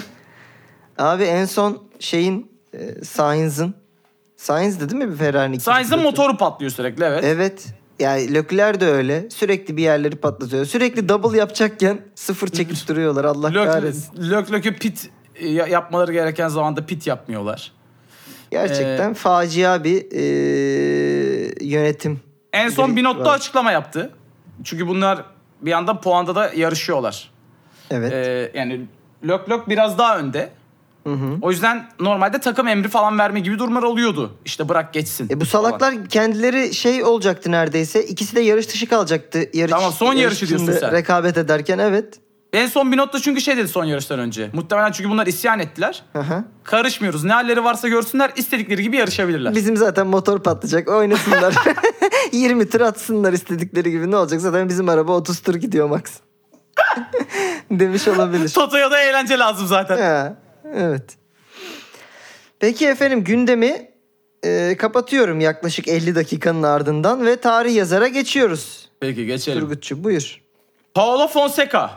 B: Abi en son şeyin e, Sainz'ın Sainz'di değil mi bir şey. Ferrari'nin? ikinci
A: Sainz'ın
B: pilotu?
A: motoru patlıyor sürekli evet.
B: Evet. Yani Lökler de öyle. Sürekli bir yerleri patlatıyor. Sürekli double yapacakken sıfır çekip duruyorlar. Allah
A: Lök,
B: Ah, kahretsin.
A: lök lökü pit e, ya- yapmaları gereken zamanda pit yapmıyorlar.
B: Gerçekten
A: Ee,
B: facia bir eee, yönetim.
A: En son
B: Direkt
A: Binotto
B: var.
A: açıklama yaptı. Çünkü bunlar bir yandan puanda da yarışıyorlar.
B: Evet.
A: Ee, yani lök lök biraz daha önde.
B: Hı hı.
A: O yüzden normalde takım emri falan verme gibi durumlar oluyordu. İşte bırak geçsin.
B: E bu
A: falan.
B: salaklar kendileri şey olacaktı neredeyse. İkisi de yarış dışı kalacaktı. Yarış,
A: Tamam, son
B: yarış
A: yarışı diyorsun
B: içinde
A: sen.
B: Rekabet ederken evet.
A: En son Binotto çünkü şey dedi son yarıştan önce. Muhtemelen çünkü bunlar isyan ettiler.
B: Aha.
A: Karışmıyoruz. Ne halleri varsa görsünler istedikleri gibi yarışabilirler.
B: Bizim zaten motor patlayacak. Oynasınlar. 20 tur atsınlar istedikleri gibi. Ne olacak? Zaten bizim araba 30 tur gidiyor max. Demiş olabilir.
A: Toto'ya da eğlence lazım zaten.
B: Ha, evet. Peki efendim gündemi e, kapatıyorum yaklaşık 50 dakikanın ardından ve tarih yazara geçiyoruz.
A: Peki geçelim.
B: Turgutçu buyur.
A: Paolo Fonseca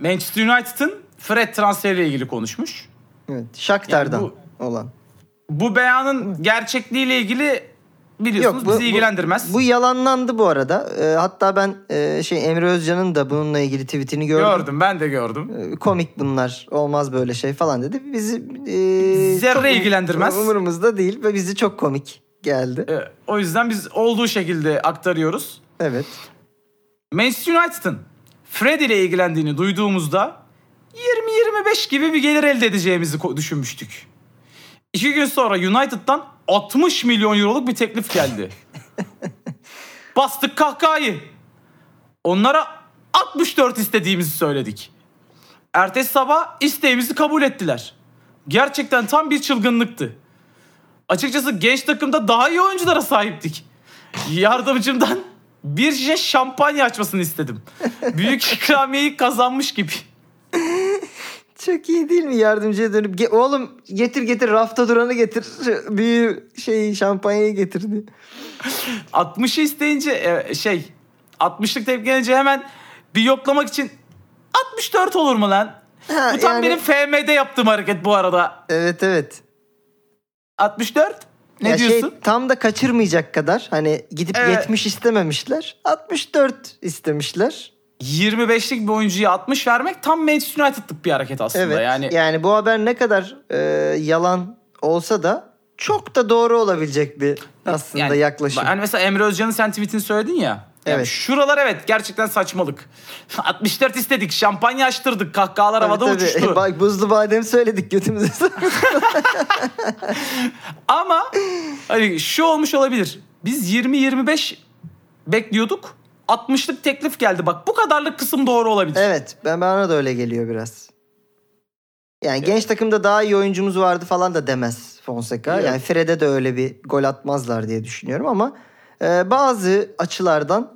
A: Manchester United'ın Fred transferiyle ilgili konuşmuş.
B: Evet, Shakhtar'dan
A: Yani
B: olan.
A: Bu beyanın gerçekliğiyle ilgili biliyorsunuz
B: bu-
A: bizi
B: bu-
A: ilgilendirmez.
B: Bu yalanlandı bu arada. E, hatta ben e, şey Emre Özcan'ın da bununla ilgili tweetini gördüm.
A: gördüm ben de gördüm.
B: E, Komik bunlar. Olmaz böyle şey falan dedi. Bizi e,
A: Zerre
B: çok
A: ilgilendirmez.
B: Umurumuzda değil ve bizi çok komik geldi.
A: Ee, o yüzden biz olduğu şekilde aktarıyoruz.
B: Evet.
A: Manchester United'ın Fred ile ilgilendiğini duyduğumuzda 20-25 gibi bir gelir elde edeceğimizi ko- düşünmüştük. İki gün sonra United'dan 60 milyon euroluk bir teklif geldi. Bastık kahkahayı. Onlara 64 istediğimizi söyledik. Ertesi sabah isteğimizi kabul ettiler. Gerçekten tam bir çılgınlıktı. Açıkçası genç takımda daha iyi oyunculara sahiptik. Yardımcımdan bir şişe şampanya açmasını istedim. Büyük ikramiyeyi kazanmış gibi.
B: Çok iyi değil mi yardımcıya dönüp "Ge- oğlum getir getir rafta duranı getir bir şey şampanyayı getirdi.
A: 60'ı isteyince e, şey 60'lık tepki gelince hemen bir yoklamak için 64 olur mu lan?
B: Ha,
A: Bu tam
B: yani-
A: benim FM'de yaptığım hareket bu arada.
B: Evet evet.
A: 64? Ne
B: Ya şey,
A: diyorsun?
B: tam da kaçırmayacak kadar hani gidip
A: Evet.
B: 70 istememişler. 64 istemişler.
A: 25'lik bir oyuncuya 60 vermek tam Manchester United'lık bir hareket aslında.
B: Evet. Yani,
A: Yani
B: bu haber ne kadar e, yalan olsa da çok da doğru olabilecek bir aslında
A: Yani,
B: yaklaşım.
A: Hani mesela Emre Özcan'ın sen tweetini söyledin ya. Evet.
B: Evet.
A: şuralar evet gerçekten saçmalık. 64 istedik, şampanya açtırdık, kahkahalar
B: Tabii,
A: havada
B: tabii.
A: uçuştu.
B: Bak buzlu badem söyledik götümüze.
A: Ama hani şu olmuş olabilir. Biz 20-25 bekliyorduk. 60'lık teklif geldi. Bak bu kadarlık kısım doğru olabilir.
B: Evet ben bana da öyle geliyor biraz. Yani genç takımda daha iyi oyuncumuz vardı falan da demez Fonseca.
A: Yok.
B: Yani Fred'e de öyle bir gol atmazlar diye düşünüyorum ama e, bazı açılardan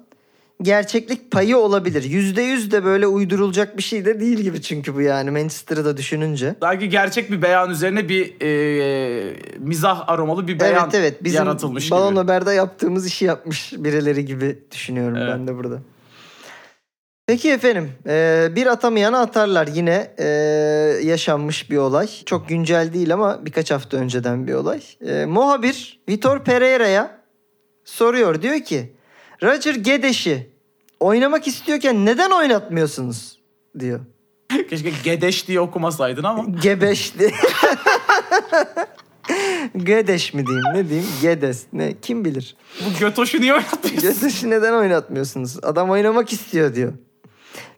B: gerçeklik payı olabilir. Yüzde yüz de böyle uydurulacak bir şey de değil gibi çünkü bu yani Manchester'ı da düşününce.
A: Sanki gerçek bir beyan üzerine bir e, mizah aromalı bir beyan
B: evet evet bizim
A: yaratılmış
B: Balon
A: gibi.
B: Haber'de yaptığımız işi yapmış birileri gibi düşünüyorum
A: Evet.
B: ben de burada. Peki efendim e, bir atamayanı atarlar yine e, yaşanmış bir olay. Çok güncel değil ama birkaç hafta önceden bir olay. E, muhabir Vitor Pereira'ya soruyor diyor ki Roger Gedeş'i oynamak istiyorken neden oynatmıyorsunuz diyor.
A: Keşke gedeş diye okumasaydın ama.
B: Gebeşti. Gedeş mi diyeyim ne diyeyim? Gedes. Ne? Kim bilir?
A: Bu götoşu niye oynatmıyorsun?
B: Gedeş'i neden oynatmıyorsunuz? Adam oynamak istiyor diyor.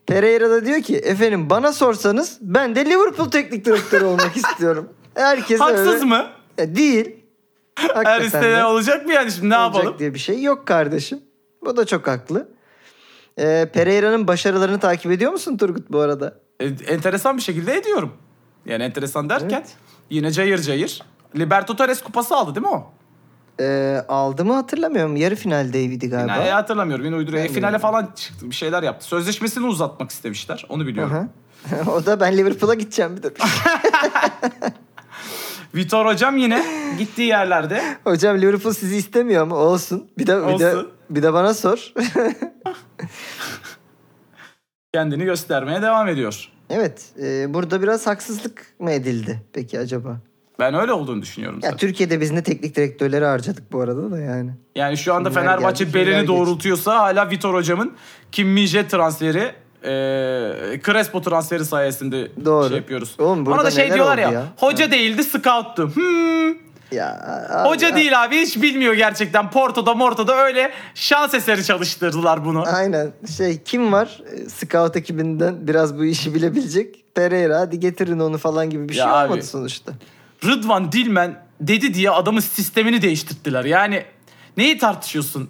B: Pereira da diyor ki efendim bana sorsanız ben de Liverpool teknik direktörü olmak istiyorum. Herkes
A: Haksız
B: öyle.
A: mı?
B: E, değil.
A: Her
B: Hakikaten de
A: istenen olacak mı yani şimdi ne
B: olacak
A: yapalım?
B: diye bir şey yok kardeşim. Bu da çok haklı. E, Pereira'nın başarılarını takip ediyor musun Turgut bu arada?
A: E, enteresan bir şekilde ediyorum. Yani enteresan derken yine cayır cayır. Libertadores kupası aldı değil mi o?
B: E, aldı mı hatırlamıyorum. Yarı finaldeydi galiba.
A: Yani hatırlamıyorum. Yine uyduruyor. E,
B: Ben de
A: finale falan çıktı. Bir şeyler yaptı. Sözleşmesini uzatmak istemişler. Onu biliyorum.
B: Aha. o da ben Liverpool'a gideceğim bir de.
A: Vitor hocam yine gittiği yerlerde
B: Hocam Liverpool sizi istemiyor ama olsun. Bir de bir de
A: Olsun.
B: bir de bana sor.
A: kendini göstermeye devam ediyor.
B: evet, e, burada biraz haksızlık mı edildi peki acaba?
A: Ben öyle olduğunu düşünüyorum.
B: Ya
A: zaten.
B: Türkiye'de biz ne teknik direktörleri harcadık bu arada da yani.
A: Yani şu anda
B: Kimler
A: Fenerbahçe
B: geldi, kimler
A: belini
B: geçti.
A: doğrultuyorsa hala Vitor hocamın Kim Minje transferi e, Crespo transferi sayesinde
B: Doğru.
A: şey yapıyoruz.
B: Oğlum burada
A: Ona da şey
B: neler
A: diyorlar
B: oldu
A: ya,
B: ya?
A: hoca değildi scout'tu. Hmm.
B: Ya abi,
A: hoca
B: ya-
A: değil abi hiç bilmiyor gerçekten. Porto'da Morto'da öyle şans eseri çalıştırdılar bunu.
B: Aynen. Şey kim var? E, Scout ekibinden biraz bu işi bilebilecek. Pereira hadi getirin onu falan gibi bir
A: Ya
B: şey
A: abi.
B: olmadı sonuçta.
A: Rıdvan Dilmen dedi diye adamın sistemini değiştirdiler. Yani neyi tartışıyorsun?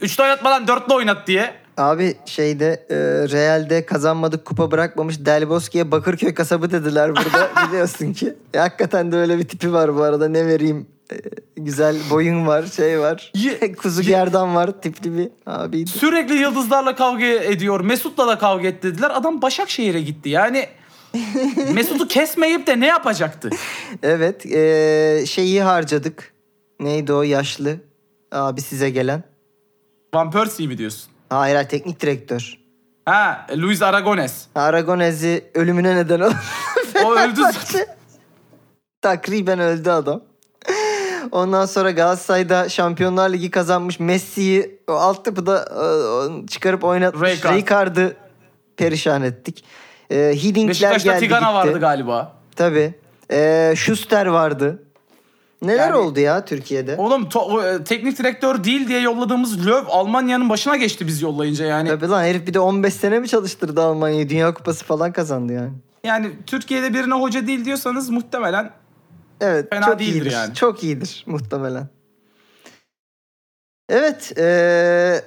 A: Üçlü oynatmadan dörtlü oynat diye.
B: Abi şeyde e, Real'de kazanmadık kupa bırakmamış Delboski'ye Bakırköy kasabı dediler burada biliyorsun ki. E, hakikaten de öyle bir tipi var bu arada ne vereyim. E, güzel boyun var şey var.
A: Ye-
B: Kuzu
A: ye-
B: gerdan var tipli bir abiydi.
A: Sürekli yıldızlarla kavga ediyor. Mesut'la da kavga etti dediler. Adam Başakşehir'e gitti. Yani Mesut'u kesmeyip de ne yapacaktı?
B: Evet e, şeyi harcadık. Neydi o yaşlı abi size gelen?
A: Van Persie mi diyorsun?
B: Hayır hayır, teknik direktör.
A: Ha, Luis Aragones.
B: Aragonezi ölümüne neden oldu.
A: O öldü zaten.
B: Takriben öldü adam. Ondan sonra Galatasaray'da Şampiyonlar Ligi kazanmış Messi'yi o alt yapıda e, o- çıkarıp oynatmış
A: Rijkaard.
B: Rijkaard'ı perişan ettik. E, Hiddinkler
A: Beşiktaş'ta
B: geldi
A: Tigana
B: gitti.
A: vardı galiba.
B: Tabii. E, Schuster vardı. Neler
A: Yani-
B: oldu ya Türkiye'de?
A: Oğlum to- o, e, teknik direktör değil diye yolladığımız Löw Almanya'nın başına geçti biz yollayınca yani.
B: Tabii lan herif bir de 15 sene mi çalıştırdı Almanya'yı? Dünya Kupası falan kazandı yani.
A: Yani Türkiye'de birine hoca değil diyorsanız muhtemelen
B: Evet.
A: Fena
B: çok
A: değildir
B: iyidir.
A: yani.
B: Çok iyidir muhtemelen. Evet. eee,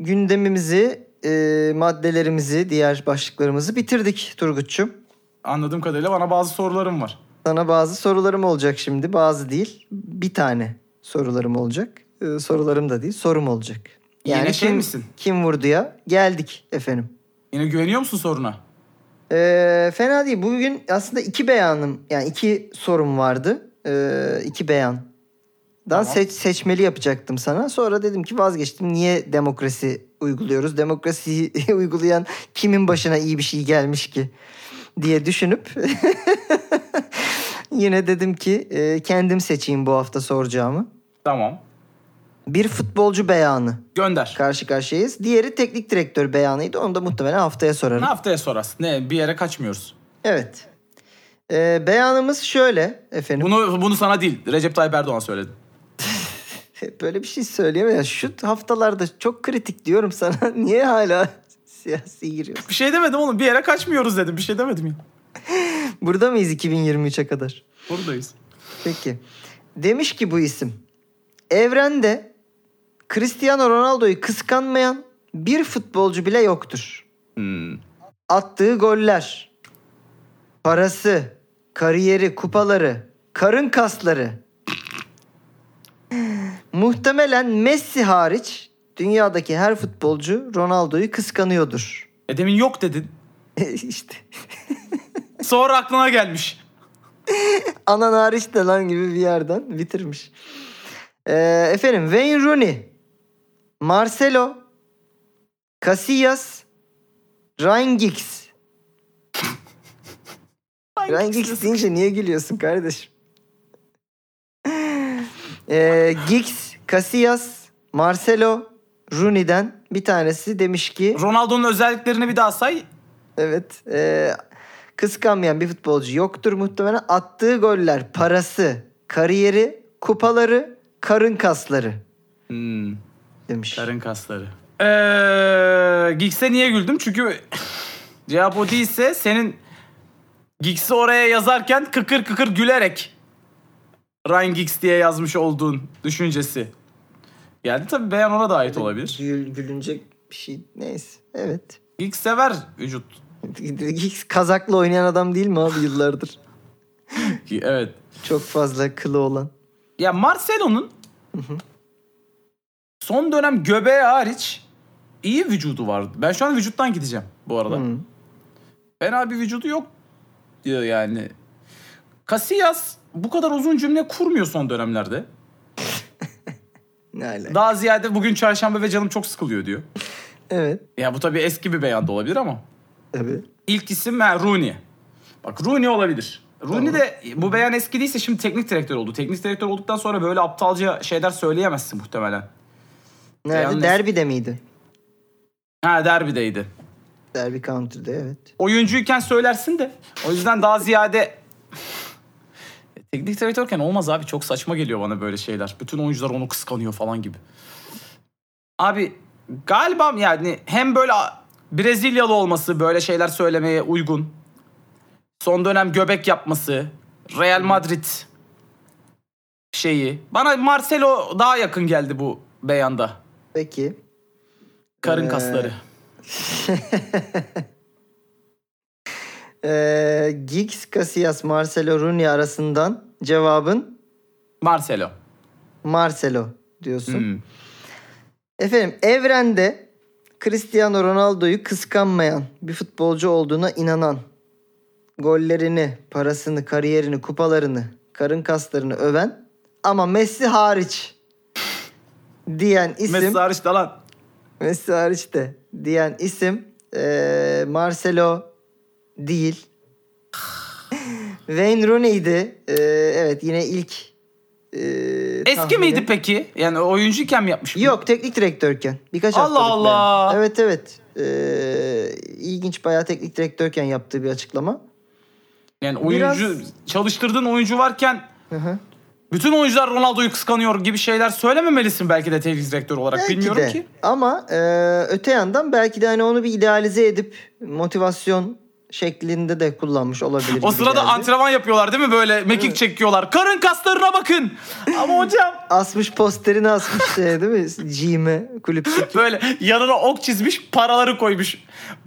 B: gündemimizi, eee, maddelerimizi, diğer başlıklarımızı bitirdik Turgut'cum.
A: anladığım kadarıyla bana bazı sorularım var.
B: Sana bazı sorularım olacak şimdi. Bazı değil. Bir tane sorularım olacak. Eee, sorularım da değil. Sorum olacak.
A: Yine şey
B: kim,
A: misin?
B: Kim vurduya? Geldik efendim.
A: Yine güveniyor musun soruna?
B: Ee, fena değil. Bugün aslında iki beyanım yani iki sorum vardı. Ee, iki beyan. Daha
A: Tamam.
B: seç, seçmeli yapacaktım sana. Sonra dedim ki vazgeçtim. Niye demokrasi uyguluyoruz? Demokrasiyi uygulayan kimin başına iyi bir şey gelmiş ki diye düşünüp yine dedim ki e, kendim seçeyim bu hafta soracağımı.
A: Tamam.
B: Bir futbolcu beyanı
A: Gönder.
B: karşı karşıyayız. Diğeri teknik direktör beyanıydı. Onu da muhtemelen haftaya sorarım.
A: Ne haftaya sorarsın? Ne bir yere kaçmıyoruz.
B: Evet. Ee, beyanımız şöyle efendim.
A: Bunu bunu sana değil. Recep Tayyip Erdoğan söyledi.
B: Böyle bir şey söyleyemem. Ya Şu haftalarda çok kritik diyorum sana. Niye hala siyasi giriyorsun?
A: Bir şey demedim oğlum. Bir yere kaçmıyoruz dedim. Bir şey demedim ya.
B: Burada mıyız 2023'e kadar?
A: Buradayız.
B: Peki. Demiş ki bu isim. Evrende Cristiano Ronaldo'yu kıskanmayan bir futbolcu bile yoktur.
A: Hmm.
B: Attığı goller, parası, kariyeri, kupaları, karın kasları. Muhtemelen Messi hariç dünyadaki her futbolcu Ronaldo'yu kıskanıyordur.
A: E demin yok dedin.
B: işte.
A: Sonra aklına gelmiş.
B: Anan hariç de lan gibi bir yerden bitirmiş. Ee, efendim Wayne Rooney, Marcelo, Casillas, Ryan Giggs. Ryan Giggs deyince niye gülüyorsun kardeşim? Ee, Giggs, Casillas, Marcelo, Rooney'den bir tanesi demiş ki
A: Ronaldo'nun özelliklerini bir daha say.
B: Evet. E, kıskanmayan bir futbolcu yoktur muhtemelen. Attığı goller, parası, kariyeri, kupaları, karın kasları
A: Hmm,
B: demiş.
A: karın kasları. Ee, Giggs'e niye güldüm? Çünkü cevap o değilse senin Giggs'i oraya yazarken kıkır kıkır gülerek Ryan Giggs diye yazmış olduğun düşüncesi. Geldi tabii beyan ona da ait olabilir.
B: Gül, gülünecek bir şey. Neyse. Evet.
A: Giggs sever vücut.
B: Giggs Kazaklı oynayan adam değil mi abi yıllardır?
A: Evet.
B: Çok fazla kılı olan.
A: Ya Marcelo'nun son dönem göbeği hariç iyi vücudu vardı. Ben şu an vücuttan gideceğim bu arada.
B: Hı.
A: Fena bir vücudu yok diyor yani. Casillas bu kadar uzun cümle kurmuyor son dönemlerde.
B: Ne alaka?
A: Daha ziyade bugün çarşamba ve canım çok sıkılıyor diyor.
B: Evet.
A: Ya bu tabii eski bir beyan da olabilir ama.
B: Tabii.
A: İlk isim ha, Rooney. Bak Rooney olabilir. Rooney
B: Tamam.
A: de bu beyan eski değilse şimdi teknik direktör oldu. Teknik direktör olduktan sonra böyle aptalca şeyler söyleyemezsin muhtemelen.
B: Nerede?
A: Yalnız-
B: Derbide miydi?
A: Ha derbideydi.
B: Derbi counter'da evet.
A: oyuncuyken söylersin de. O yüzden daha ziyade teknik direktörken olmaz abi çok saçma geliyor bana böyle şeyler. Bütün oyuncular onu kıskanıyor falan gibi. Abi galiba yani hem böyle Brezilyalı olması böyle şeyler söylemeye uygun. Son dönem göbek yapması, Real Madrid şeyi. Bana Marcelo daha yakın geldi bu beyanda.
B: Peki.
A: Karın
B: Ee,
A: kasları.
B: Ee, Giggs, Casillas, Marcelo, Rooney arasından cevabın
A: Marcelo.
B: Marcelo diyorsun.
A: Hmm.
B: Efendim evrende Cristiano Ronaldo'yu kıskanmayan bir futbolcu olduğuna inanan, gollerini, parasını, kariyerini, kupalarını, karın kaslarını öven ama Messi hariç diyen isim
A: Messi
B: Messi,
A: hariç de lan.
B: hariç de diyen isim eee, Marcelo değil. Wayne Rooney'di. Eee, evet yine ilk eee,
A: Eski
B: tahminim.
A: miydi peki? Yani oyuncuyken mi yapmış? bunu?
B: Yok teknik direktörken. Birkaç
A: Allah
B: haftalık
A: Allah.
B: beyan. Evet evet. Ee, ilginç bayağı teknik direktörken yaptığı bir açıklama.
A: Yani oyuncu
B: Biraz-
A: çalıştırdığın oyuncu varken
B: Hı hı.
A: bütün oyuncular Ronaldo'yu kıskanıyor gibi şeyler söylememelisin belki de teknik direktör olarak.
B: Belki
A: Bilmiyorum
B: de.
A: ki.
B: Ama e, öte yandan belki de hani onu bir idealize edip motivasyon şeklinde de kullanmış olabilir.
A: O
B: gibi
A: sırada
B: geldi.
A: antrenman yapıyorlar değil mi böyle mekik çekiyorlar. Karın kaslarına bakın. Ama hocam
B: asmış posterini asmış şey değil mi? E, Gym'e kulüpteki.
A: böyle yanına ok çizmiş paraları koymuş.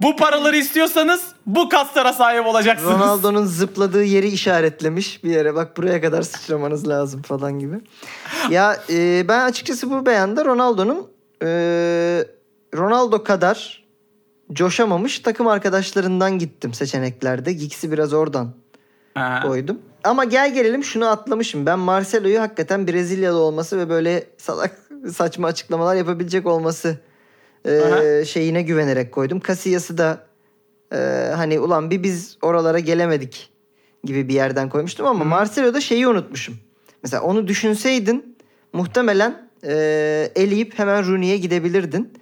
A: Bu paraları istiyorsanız bu kaslara sahip olacaksınız.
B: Ronaldo'nun zıpladığı yeri işaretlemiş bir yere. Bak buraya kadar sıçramanız lazım falan gibi. Ya e, ben açıkçası bu beyanda Ronaldo'nun e, Ronaldo kadar coşamamış takım arkadaşlarından gittim seçeneklerde. Giggs'i biraz oradan
A: Ha.
B: koydum. Ama gel gelelim şunu atlamışım. Ben Marcelo'yu hakikaten Brezilyalı olması ve böyle salak saçma açıklamalar yapabilecek olması e,
A: Aha.
B: şeyine güvenerek koydum. Casillas'ı da e, hani ulan bir biz oralara gelemedik gibi bir yerden koymuştum ama Marcelo'da şeyi unutmuşum. Mesela onu düşünseydin muhtemelen e, eleyip hemen Rooney'e gidebilirdin.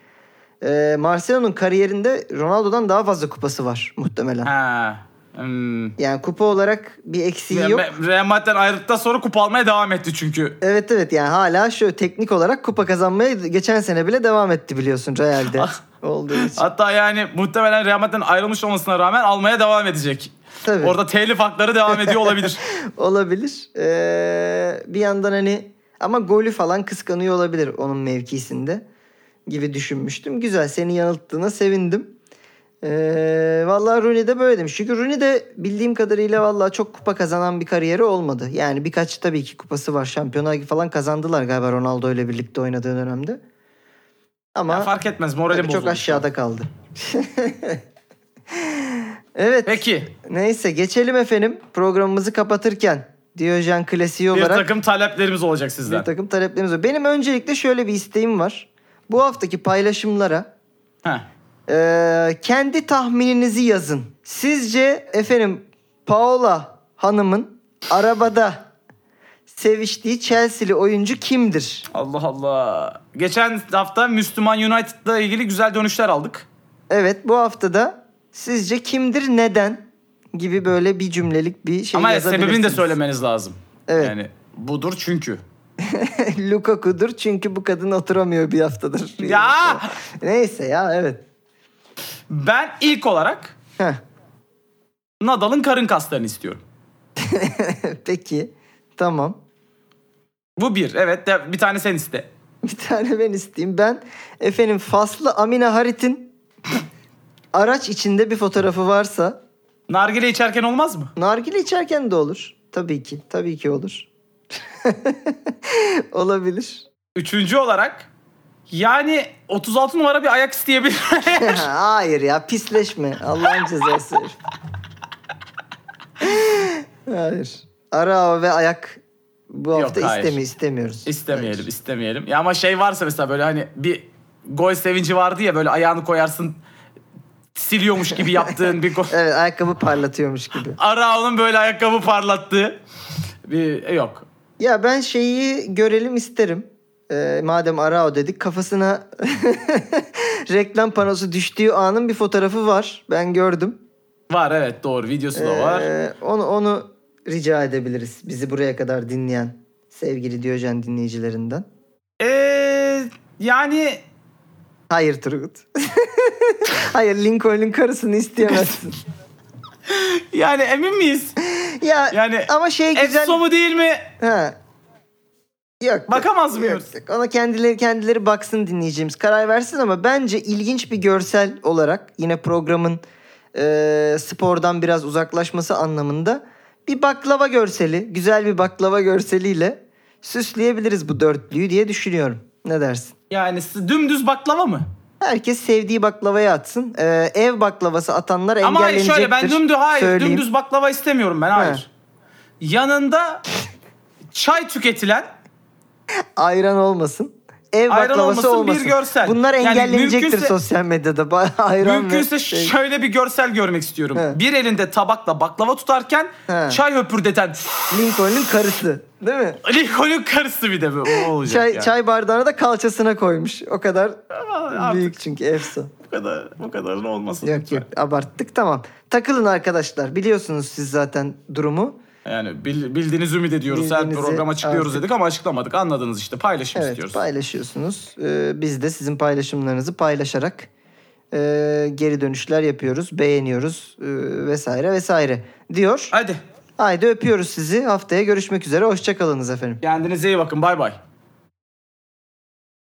B: E, Marcelo'nun kariyerinde Ronaldo'dan daha fazla kupası var muhtemelen.
A: Ha. Hmm.
B: Yani kupa olarak bir eksiği
A: Ya
B: yok.
A: Me- Real Madrid'den ayrıldıktan sonra kupa almaya devam etti çünkü.
B: Evet evet yani hala şöyle teknik olarak kupa kazanmaya geçen sene bile devam etti biliyorsun Real'de olduğu için.
A: Hatta yani muhtemelen Real Madrid'den ayrılmış olmasına rağmen almaya devam edecek.
B: Tabii
A: Orada telif hakları devam ediyor olabilir.
B: olabilir. Ee, bir yandan hani ama golü falan kıskanıyor olabilir onun mevkisinde gibi düşünmüştüm. Güzel seni yanılttığına sevindim. Ee, vallahi Rooney de böyle demiş. Çünkü Rooney de bildiğim kadarıyla vallahi çok kupa kazanan bir kariyeri olmadı. Yani birkaç tabii ki kupası var. Şampiyonlar Ligi falan kazandılar galiba Ronaldo ile birlikte oynadığı dönemde. Ama
A: Ya fark etmez
B: tabii
A: moralim bozuldu.
B: çok aşağıda kaldı. evet.
A: Peki
B: Neyse geçelim efendim programımızı kapatırken Diyojen klasiği
A: bir
B: olarak
A: takım taleplerimiz olacak sizden.
B: bir takım taleplerimiz var. Benim öncelikle şöyle bir isteğim var. Bu haftaki paylaşımlara
A: Heh.
B: Ee, kendi tahmininizi yazın. Sizce efendim Paola hanımın arabada seviştiği Chelsea'li oyuncu kimdir?
A: Allah Allah. Geçen hafta Müslüman United'la ilgili güzel dönüşler aldık.
B: Evet bu haftada sizce kimdir neden gibi böyle bir cümlelik bir şey
A: Ama
B: yazabilirsiniz.
A: sebebini de söylemeniz lazım.
B: Evet.
A: Yani budur çünkü.
B: Lukaku'dur çünkü bu kadın oturamıyor bir haftadır.
A: Ya!
B: Neyse ya evet.
A: Ben ilk olarak
B: Heh,
A: Nadal'ın karın kaslarını istiyorum.
B: Peki tamam.
A: Bu bir. Evet de- bir tane sen iste.
B: Bir tane ben isteyeyim. Ben efendim Faslı Amina Harit'in araç içinde bir fotoğrafı varsa
A: Nargile içerken olmaz mı?
B: nargile içerken de olur. Tabii ki. Tabii ki olur. Olabilir.
A: Üçüncü olarak yani 36 numara bir ayak isteyebilir.
B: Hayır ya pisleşme. Allah'ın cezası. herif. Hayır. Ara ve ayak bu
A: Yok,
B: hafta
A: hayır.
B: istemi istemiyoruz.
A: istemeyelim, istemeyelim. Ya ama şey varsa mesela böyle hani bir gol sevinci vardı ya böyle ayağını koyarsın siliyormuş gibi yaptığın bir gol.
B: Evet ayakkabı parlatıyormuş gibi.
A: Arao'nun böyle ayakkabı parlattığı. Bir e, yok.
B: Ya ben şeyi görelim isterim. Ee, madem Arao dedik kafasına reklam panosu düştüğü anın bir fotoğrafı var. Ben gördüm.
A: Var evet doğru videosu da var.
B: Ee, onu onu rica edebiliriz. Bizi buraya kadar dinleyen sevgili Diyojen dinleyicilerinden.
A: Ee, yani
B: Hayır Turgut. Hayır Lincoln'un karısını isteyemezsin.
A: yani emin miyiz?
B: ya
A: Yani
B: ama şey güzel.
A: Efso mu değil mi?
B: Ha. Yok.
A: Bakamaz
B: yok,
A: mıyız?
B: yok. Ona kendileri kendileri baksın dinleyeceğimiz karar versin ama bence ilginç bir görsel olarak yine programın e, spordan biraz uzaklaşması anlamında bir baklava görseli, güzel bir baklava görseliyle süsleyebiliriz bu dörtlüyü diye düşünüyorum. Ne dersin?
A: Yani s- dümdüz baklava mı?
B: Herkes sevdiği baklavayı atsın. E, ev baklavası atanlar
A: Ama hayır,
B: engellenecektir.
A: şöyle ben dümdüz hayır
B: Söyleyeyim.
A: dümdüz baklava istemiyorum ben hayır. Yanında çay tüketilen
B: Ayran olmasın. Ev
A: Ayran
B: baklavası
A: olmasın,
B: olmasın.
A: bir görsel.
B: Bunlar
A: Yani
B: engellenecektir
A: mümkünse-
B: sosyal medyada. Ba- Ayran ve
A: mümkünse
B: şey-
A: şöyle bir görsel görmek istiyorum.
B: He.
A: Bir elinde tabakla baklava tutarken
B: He.
A: çay höpürdeten
B: Lincoln'un karısı. Değil mi?
A: Lincoln'un karısı bir de bu o olacak
B: Çay,
A: yani.
B: çay bardağını da kalçasına koymuş. O kadar
A: artık.
B: büyük çünkü efsa.
A: Bu kadar bu kadarın olmasın.
B: Yok
A: lütfen.
B: yok abarttık tamam. Takılın arkadaşlar. Biliyorsunuz siz zaten durumu.
A: Yani bil- bildiğiniz ümit ediyoruz. Her
B: Bildiğinizi
A: program açıklıyoruz
B: artık-
A: dedik ama açıklamadık. Anladınız işte. Paylaşım
B: Evet
A: istiyoruz.
B: paylaşıyorsunuz. Ee, biz de sizin paylaşımlarınızı paylaşarak e, geri dönüşler yapıyoruz. Beğeniyoruz e, vesaire vesaire diyor.
A: Hadi.
B: Haydi öpüyoruz sizi. Haftaya görüşmek üzere. Hoşçakalınız efendim.
A: Kendinize iyi bakın. Bay bay.